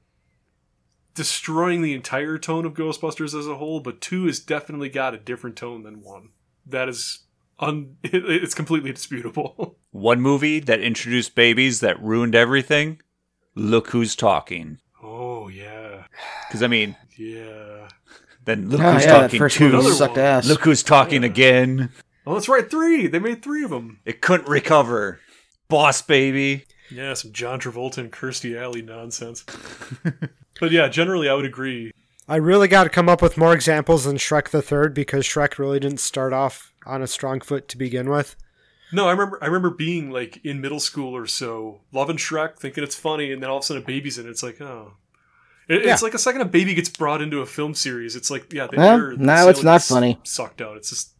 Speaker 3: destroying the entire tone of Ghostbusters as a whole, but two has definitely got a different tone than one. That is un- it, it's completely disputable.
Speaker 1: One movie that introduced babies that ruined everything. Look who's talking.
Speaker 3: oh yeah,
Speaker 1: Because I mean,
Speaker 3: yeah.
Speaker 1: then look
Speaker 2: Ah,
Speaker 1: who's
Speaker 2: yeah, that
Speaker 1: talking
Speaker 2: first
Speaker 1: too.
Speaker 2: movie
Speaker 3: Another
Speaker 2: sucked
Speaker 3: one.
Speaker 2: ass.
Speaker 1: Look who's talking again.
Speaker 3: Oh, that's right. Three. They made three of them.
Speaker 1: It couldn't recover. Boss baby.
Speaker 3: Yeah, some John Travolta and Kirstie Alley nonsense. but yeah, generally I would agree.
Speaker 4: I really got to come up with more examples than Shrek the Third because Shrek really didn't start off on a strong foot to begin with.
Speaker 3: No, I remember. I remember being like in middle school or so, loving Shrek, thinking it's funny, and then all of a sudden a baby's in it. It's like, oh, It- it's
Speaker 4: Yeah.
Speaker 3: like a second a baby gets brought into a film series. It's like, yeah, the
Speaker 2: Well,
Speaker 3: air- the
Speaker 2: now
Speaker 3: sail
Speaker 2: it's not
Speaker 3: gets
Speaker 2: funny.
Speaker 3: Sucked out. It's just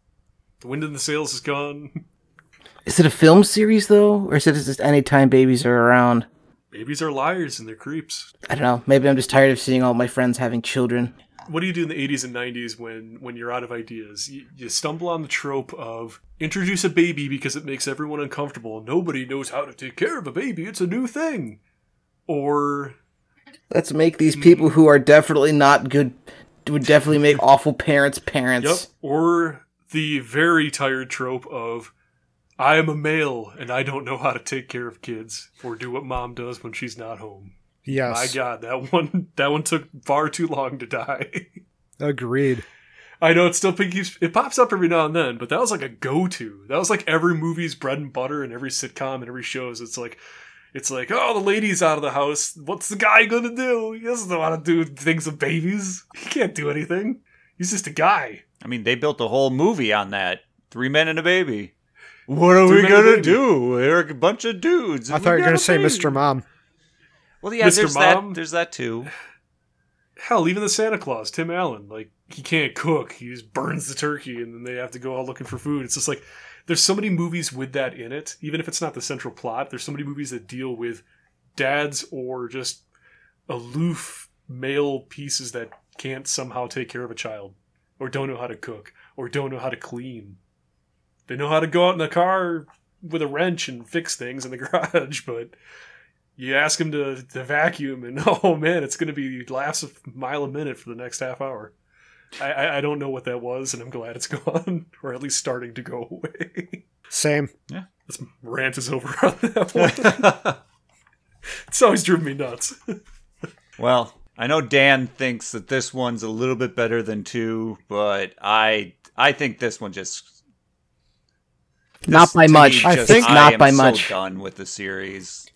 Speaker 3: the wind in the sails is gone.
Speaker 2: Is it a film series though, or is it just any time babies are around?
Speaker 3: Babies are liars and they're creeps.
Speaker 2: I don't know. Maybe I'm just tired of seeing all my friends having children.
Speaker 3: What do you do in the '80s and '90s when when you're out of ideas? You, you stumble on the trope of introduce a baby because it makes everyone uncomfortable. Nobody knows how to take care of a baby. It's a new thing. Or
Speaker 2: Let's make these
Speaker 1: Hmm.
Speaker 2: people who are definitely not good would definitely make awful parents parents.
Speaker 3: Yep. Or the very tired trope of I am a male and I don't know how to take care of kids or do what mom does when she's not home. My
Speaker 4: Yes,
Speaker 3: god, that one that one took far too long to die.
Speaker 4: agreed.
Speaker 3: I know it still keeps it pops up every now and then, but that was like a go-to. That was like every movie's bread and butter and every sitcom and every show is it's like it's like, oh, the lady's out of the house. What's the guy gonna do? He doesn't know how to do things with babies. He can't do anything. He's just a guy.
Speaker 1: I mean, they built a whole movie on that. Three men and a baby. What are we
Speaker 3: Three men and a
Speaker 1: gonna
Speaker 3: baby.
Speaker 1: do? We're a bunch of dudes.
Speaker 4: I thought you were
Speaker 1: going
Speaker 4: gonna say Mr. Mom.
Speaker 1: Well, yeah,
Speaker 3: Mr.
Speaker 1: there's
Speaker 3: Mom.
Speaker 1: that. There's that too.
Speaker 3: hell, even the Santa Claus, Tim Allen, like he can't cook. He just burns the turkey, and then they have to go out looking for food. It's just like there's so many movies with that in it. Even if it's not the central plot, there's so many movies that deal with dads or just aloof male pieces that can't somehow take care of a child, or don't know how to cook, or don't know how to clean. They know how to go out in the car with a wrench and fix things in the garage, but you ask him to, to vacuum and oh man it's going to be laughs a mile a minute for the next half hour I, I, I don't know what that was and i'm glad it's gone or at least starting to go away
Speaker 4: Same.
Speaker 3: this rant is over on that one it's always driven me nuts
Speaker 1: Well, I know Dan thinks that this one's a little bit better than two, but I I think this one just
Speaker 2: Not
Speaker 1: this
Speaker 2: by
Speaker 1: to
Speaker 2: much.
Speaker 1: me
Speaker 4: I
Speaker 1: just-
Speaker 4: think
Speaker 2: not
Speaker 1: am
Speaker 2: by
Speaker 1: so
Speaker 2: much.
Speaker 1: Done with the series.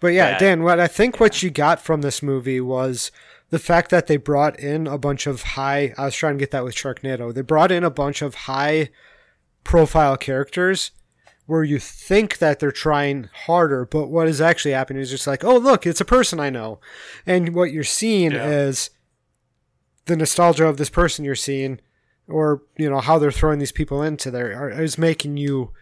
Speaker 4: But yeah,
Speaker 1: that-
Speaker 4: Dan, what I think what you got from this movie was the fact that they brought in a bunch of high I was trying to get that with Sharknado. They brought in a bunch of high profile characters where you think that they're trying harder, but what is actually happening is just like, "Oh, look, it's a person I know." And what you're seeing
Speaker 3: Yeah.
Speaker 4: is the nostalgia of this person you're seeing or, you know, how they're throwing these people into there is making you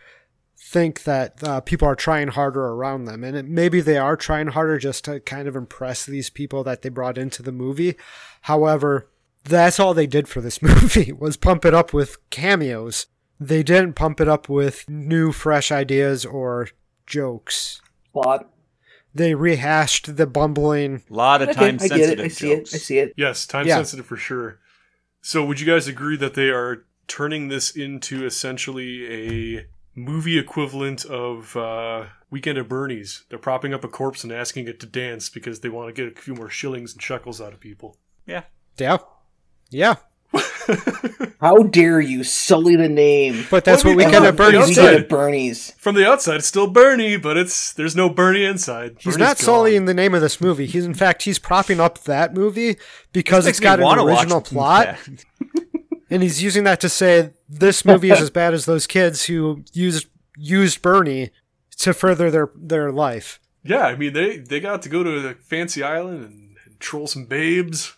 Speaker 4: think that uh, people are trying harder around them, and it, maybe they are trying harder just to kind of impress these people that they brought into the movie. However, that's all they did for this movie was pump it up with cameos. They didn't pump it up with new fresh ideas or jokes.
Speaker 2: Plot.
Speaker 4: They rehashed the bumbling
Speaker 1: A lot of
Speaker 2: Okay,
Speaker 1: time
Speaker 2: I get it.
Speaker 1: sensitive
Speaker 2: I see
Speaker 1: jokes.
Speaker 2: it. I see it.
Speaker 3: Yes, time
Speaker 4: Yeah.
Speaker 3: sensitive for sure. So, would you guys agree that they are turning this into essentially a movie equivalent of uh, Weekend at Bernie's? They're propping up a corpse and asking it to dance because they want to get a few more shillings and shekels out of people.
Speaker 1: Yeah.
Speaker 4: Yeah. Yeah.
Speaker 2: How dare you sully the name?
Speaker 4: But that's
Speaker 3: Well,
Speaker 4: what
Speaker 3: we
Speaker 4: we
Speaker 3: got
Speaker 4: get at
Speaker 3: the
Speaker 4: Bernie's.
Speaker 2: We
Speaker 3: outside.
Speaker 2: did
Speaker 4: did.
Speaker 2: at Bernie's.
Speaker 3: From the outside, it's still Bernie, but it's there's no Bernie inside.
Speaker 4: He's
Speaker 3: Bernie's
Speaker 4: not
Speaker 3: gone.
Speaker 4: sullying the name of this movie. He's in fact he's propping up that movie because
Speaker 1: Makes
Speaker 4: it's
Speaker 1: me
Speaker 4: got an
Speaker 1: wanna watch
Speaker 4: original plot,
Speaker 1: that.
Speaker 4: and he's using that to say this movie is as bad as those kids who used used Bernie to further their their life.
Speaker 3: Yeah, I mean they they got to go to the fancy island and, and troll some babes,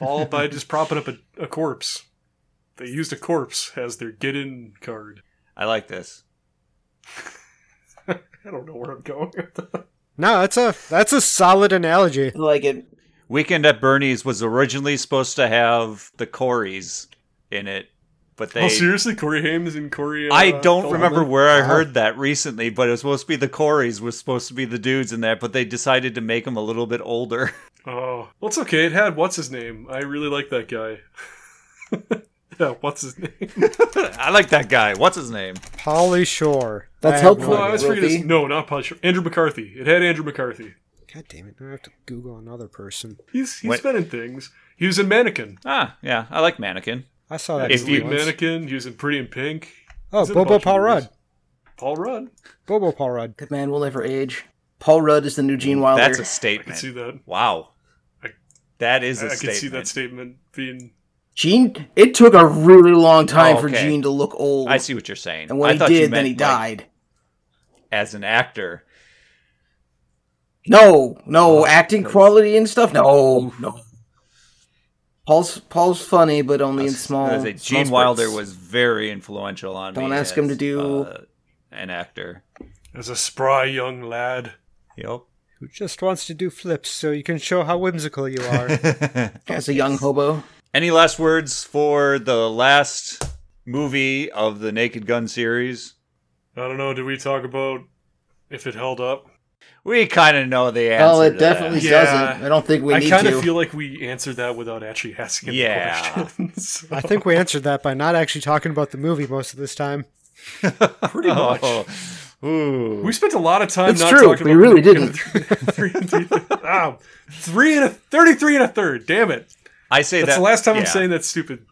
Speaker 3: all by just propping up a, a corpse. They used a corpse as their get in card.
Speaker 1: I like this.
Speaker 3: I don't know where I'm going. with that.
Speaker 4: No, that's a that's a solid analogy.
Speaker 2: I like it.
Speaker 1: Weekend at Bernie's was originally supposed to have the Coreys in it, but they.
Speaker 3: oh, seriously, Uh, Corey Haim is in Korea.
Speaker 1: I don't remember where
Speaker 3: Uh-huh.
Speaker 1: I heard that recently, but it was supposed to be the Coreys was supposed to be the dudes in that, but they decided to make them a little bit older.
Speaker 3: Oh, well, it's okay. It had what's his name. I really like that guy. yeah, what's his name?
Speaker 1: I like that guy. What's his name?
Speaker 4: Polly Shore.
Speaker 2: That's
Speaker 4: I have no
Speaker 3: No,
Speaker 2: helpful.
Speaker 3: I
Speaker 4: idea.
Speaker 3: was forgetting. His,
Speaker 2: Wolfie?
Speaker 3: no, not Punch. Andrew McCarthy. It had Andrew McCarthy.
Speaker 4: God damn it! I have to Google another person.
Speaker 3: He's he's
Speaker 1: Wait.
Speaker 3: been in things. He was in Mannequin.
Speaker 1: Ah, yeah, I like Mannequin.
Speaker 4: I saw Oh, that.
Speaker 1: If
Speaker 3: If
Speaker 4: movie
Speaker 1: you-
Speaker 3: you
Speaker 4: once.
Speaker 3: mannequin, using Pretty in Pink.
Speaker 4: oh,
Speaker 3: He's in a bunch
Speaker 4: Bobo
Speaker 3: of
Speaker 4: Paul
Speaker 3: movies.
Speaker 4: Rudd.
Speaker 3: Paul Rudd.
Speaker 4: Bobo Paul Rudd.
Speaker 2: That man will never age. Paul Rudd is the new Gene Wilder.
Speaker 1: Mm, That's a
Speaker 3: I can
Speaker 1: statement.
Speaker 3: see that.
Speaker 1: Wow,
Speaker 3: I-
Speaker 1: that is a
Speaker 3: I I can
Speaker 1: statement.
Speaker 3: see that statement being.
Speaker 2: Gene. It took a really long time
Speaker 1: Oh,
Speaker 2: for
Speaker 1: okay.
Speaker 2: Gene to look old.
Speaker 1: I see what you're saying.
Speaker 2: And when
Speaker 1: I
Speaker 2: he
Speaker 1: thought you
Speaker 2: did,
Speaker 1: meant,
Speaker 2: then he
Speaker 1: like,
Speaker 2: died.
Speaker 1: as an actor.
Speaker 2: No,
Speaker 1: Oh,
Speaker 2: no, acting quality and stuff. No, no. Paul's Paul's funny, but only in
Speaker 1: As-
Speaker 2: small.
Speaker 1: as a-
Speaker 2: small
Speaker 1: Gene Wilder
Speaker 2: spurts.
Speaker 1: was very influential on me.
Speaker 2: Don't ask him
Speaker 1: as,
Speaker 2: to do-
Speaker 1: uh, an actor.
Speaker 3: As a spry young lad.
Speaker 1: Yep.
Speaker 4: Who just wants to do flips so you can show how whimsical you are.
Speaker 2: as a young hobo.
Speaker 1: Any last words for the last movie of the Naked Gun series?
Speaker 3: I don't know. Did we talk about if it held up?
Speaker 1: We kind of know the answer.
Speaker 2: Well, it
Speaker 1: to
Speaker 2: definitely
Speaker 1: That.
Speaker 3: Yeah.
Speaker 2: doesn't. I don't think we
Speaker 3: I
Speaker 2: need
Speaker 3: kind
Speaker 2: to.
Speaker 3: of feel like we answered that without actually asking
Speaker 1: Yeah.
Speaker 3: the questions.
Speaker 4: I think we answered that by not actually talking about the movie most of this time.
Speaker 3: pretty much.
Speaker 1: Oh. Ooh.
Speaker 3: We spent a lot of time
Speaker 2: It's
Speaker 3: not
Speaker 2: true,
Speaker 3: talking
Speaker 2: we
Speaker 3: about
Speaker 2: really
Speaker 3: the- three and three, wow. three and a 33 and a third. Damn it.
Speaker 1: I say
Speaker 3: That's
Speaker 1: that
Speaker 3: the last time I'm
Speaker 1: yeah.
Speaker 3: saying that stupid.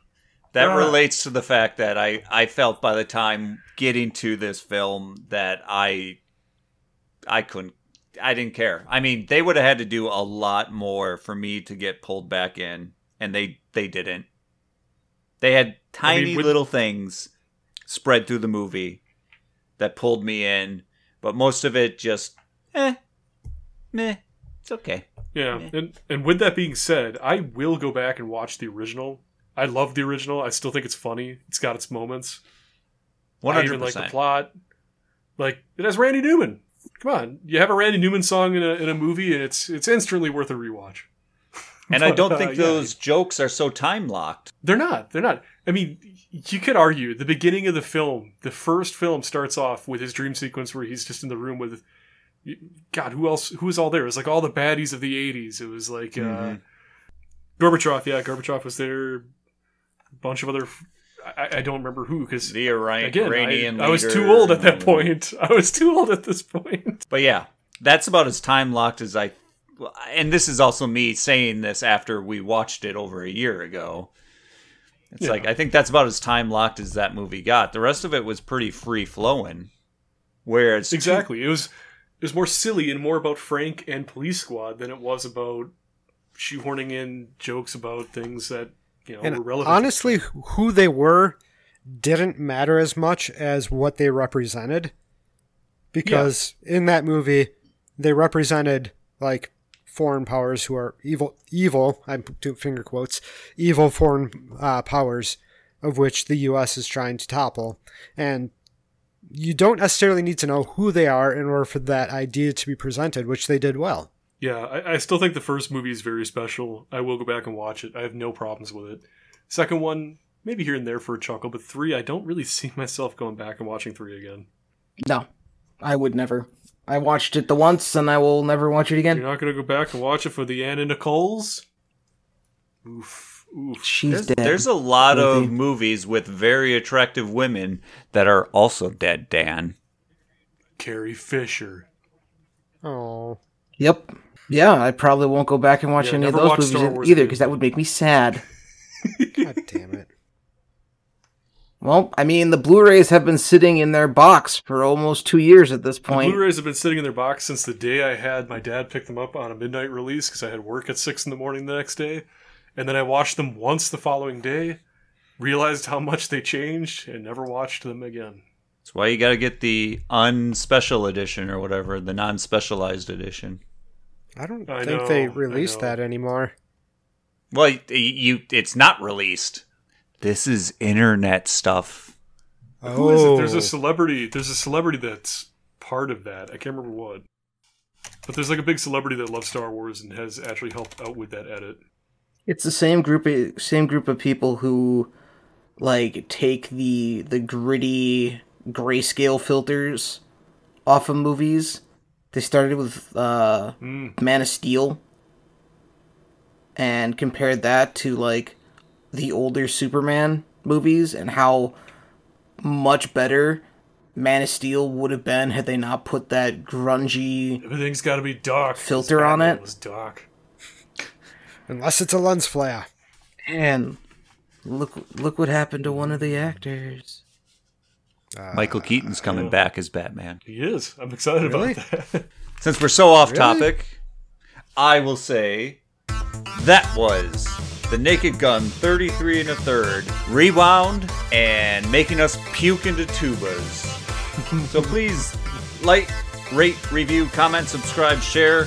Speaker 1: That
Speaker 3: Ah.
Speaker 1: relates to the fact that I, I felt by the time getting to this film that I I couldn't I didn't care. I mean, they would have had to do a lot more for me to get pulled back in, and they they didn't. They had
Speaker 3: I
Speaker 1: tiny
Speaker 3: mean, with-
Speaker 1: little things spread through the movie that pulled me in, but most of it just eh, meh, it's okay.
Speaker 3: Yeah,
Speaker 1: Yeah.
Speaker 3: and and with that being said, I will go back and watch the original. I love the original. I still think it's funny. It's got its moments.
Speaker 1: One
Speaker 3: I
Speaker 1: hundred
Speaker 3: even like the
Speaker 1: percent.
Speaker 3: plot. Like it has Randy Newman. Come on, you have a Randy Newman song in a in a movie, and it's it's instantly worth a rewatch.
Speaker 1: And I
Speaker 3: But,
Speaker 1: don't
Speaker 3: uh,
Speaker 1: think
Speaker 3: yeah.
Speaker 1: those jokes are so time locked.
Speaker 3: They're not. They're not. I mean, you could argue the beginning of the film, the first film starts off with his dream sequence where he's just in the room with, God, who else? Who was all there? It was like all the baddies of the '80s. It was like uh,
Speaker 1: Mhm.
Speaker 3: Gorbachev. Yeah, Gorbachev was there. A bunch of other. I, I don't remember who because
Speaker 1: The Iran-
Speaker 3: again,
Speaker 1: Iranian
Speaker 3: I, I was
Speaker 1: leader
Speaker 3: too old at that
Speaker 1: and-
Speaker 3: point. I was too old at this point.
Speaker 1: But yeah, that's about as time locked as I. And this is also me saying this after we watched it over a year ago. It's
Speaker 3: Yeah.
Speaker 1: like I think that's about as time locked as that movie got. The rest of it was pretty free flowing. Whereas
Speaker 3: Exactly. It was it was more silly and more about Frank and Police Squad than it was about shoehorning in jokes about things that you know were
Speaker 4: And
Speaker 3: relevant.
Speaker 4: honestly, who they were didn't matter as much as what they represented. Because in that movie, they represented like foreign powers who are evil, evil, I'm doing finger quotes, evil foreign uh, powers of which the U.S. is trying to topple. And you don't necessarily need to know who they are in order for that idea to be presented, which they did well.
Speaker 3: Yeah, I, I still think the first movie is very special. I will go back and watch it. I have no problems with it. Second one, maybe here and there for a chuckle, but three, I don't really see myself going back and watching three again.
Speaker 2: No, I would never. I watched it the once, and I will never watch it again.
Speaker 3: You're not going to go back and watch it for the Anna Nicole's? Oof. Oof.
Speaker 2: She's
Speaker 1: There's,
Speaker 2: dead.
Speaker 1: there's a lot of
Speaker 2: Movie.
Speaker 1: movies with very attractive women that are also dead, Dan.
Speaker 3: Carrie Fisher.
Speaker 4: Oh,
Speaker 2: Yep. Yeah, I probably won't go back and watch
Speaker 3: Yeah,
Speaker 2: any of
Speaker 3: never
Speaker 2: those
Speaker 3: watch
Speaker 2: movies
Speaker 3: Star
Speaker 2: either 'cause
Speaker 3: Wars
Speaker 2: either,
Speaker 3: again.
Speaker 2: because that would make me sad.
Speaker 4: god damn it!
Speaker 2: Well, I mean, the Blu-rays have been sitting in their box for almost two years at this point.
Speaker 3: Blu-rays have been sitting in their box since the day I had my dad pick them up on a midnight release because I had work at six in the morning the next day, and then I watched them once the following day, realized how much they changed, and never watched them again.
Speaker 1: That's why you got to get the unspecial edition or whatever, the non-specialized edition.
Speaker 4: I don't
Speaker 3: I
Speaker 4: think
Speaker 3: know, I
Speaker 4: they release
Speaker 3: know.
Speaker 4: that anymore.
Speaker 1: Well, y- you it's not released. This is internet stuff.
Speaker 3: Who is it? There's
Speaker 1: Oh.
Speaker 2: Oh.
Speaker 3: a celebrity. There's a celebrity that's part of that. I can't remember what. But there's like a big celebrity that loves Star Wars and has actually helped out with that edit.
Speaker 2: It's the same group, of, same group of people who like take the the gritty grayscale filters off of movies. They started with uh, Man of Steel and compared that to like the older Superman movies and how much better Man of Steel would have been had they not put that grungy.
Speaker 3: Everything's got to be dark.
Speaker 2: Filter on
Speaker 3: Batman
Speaker 2: it?
Speaker 3: Was dark.
Speaker 4: Unless it's a lens flare.
Speaker 2: And look, look what happened to one of the actors.
Speaker 1: Michael Keaton's coming back as Batman.
Speaker 3: He is. I'm excited
Speaker 4: Really?
Speaker 3: about that.
Speaker 1: Since we're so off topic, I will say that was the Naked Gun 33 and a third rewound and making us puke into tubas. so please like, rate, review, comment, subscribe, share,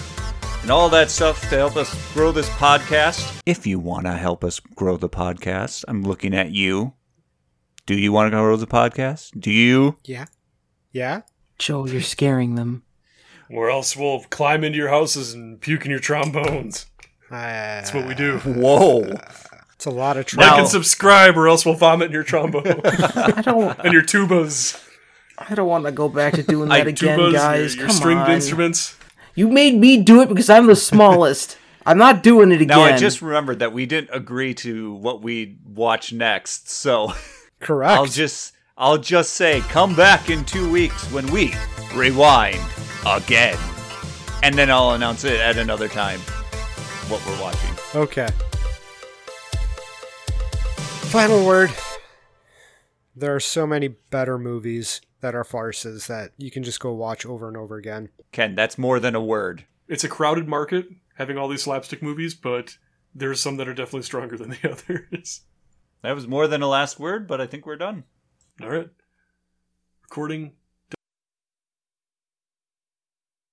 Speaker 1: and all that stuff to help us grow this podcast. If you want to help us grow the podcast, I'm looking at you. Do you want to grow the podcast? Do you?
Speaker 4: Yeah, yeah.
Speaker 2: Joe, you're scaring them.
Speaker 3: Or else we'll climb into your houses and puke in your trombones.
Speaker 4: Uh,
Speaker 3: That's what we do.
Speaker 1: Whoa.
Speaker 4: it's a lot of
Speaker 1: Now-
Speaker 4: trouble.
Speaker 3: Like and subscribe, or else we'll vomit in your trombone
Speaker 2: I don't.
Speaker 3: and your tubas.
Speaker 2: I don't want to go back to doing that again,
Speaker 3: tubas,
Speaker 2: guys.
Speaker 3: your, your
Speaker 2: Come
Speaker 3: stringed
Speaker 2: on.
Speaker 3: instruments.
Speaker 2: You made me do it because I'm the smallest. I'm not doing it again.
Speaker 1: Now I just remembered that we didn't agree to what we watch next, so
Speaker 4: Correct.
Speaker 1: I'll just I'll just say come back in two weeks when we rewind again, and then I'll announce it at another time what we're watching.
Speaker 4: Okay. Final word. There are so many better movies that are farces that you can just go watch over and over again.
Speaker 1: Ken, that's more than a word.
Speaker 3: It's a crowded market having all these slapstick movies, but there's some that are definitely stronger than the others.
Speaker 1: That was more than a last word, but I think we're done.
Speaker 3: All right. Recording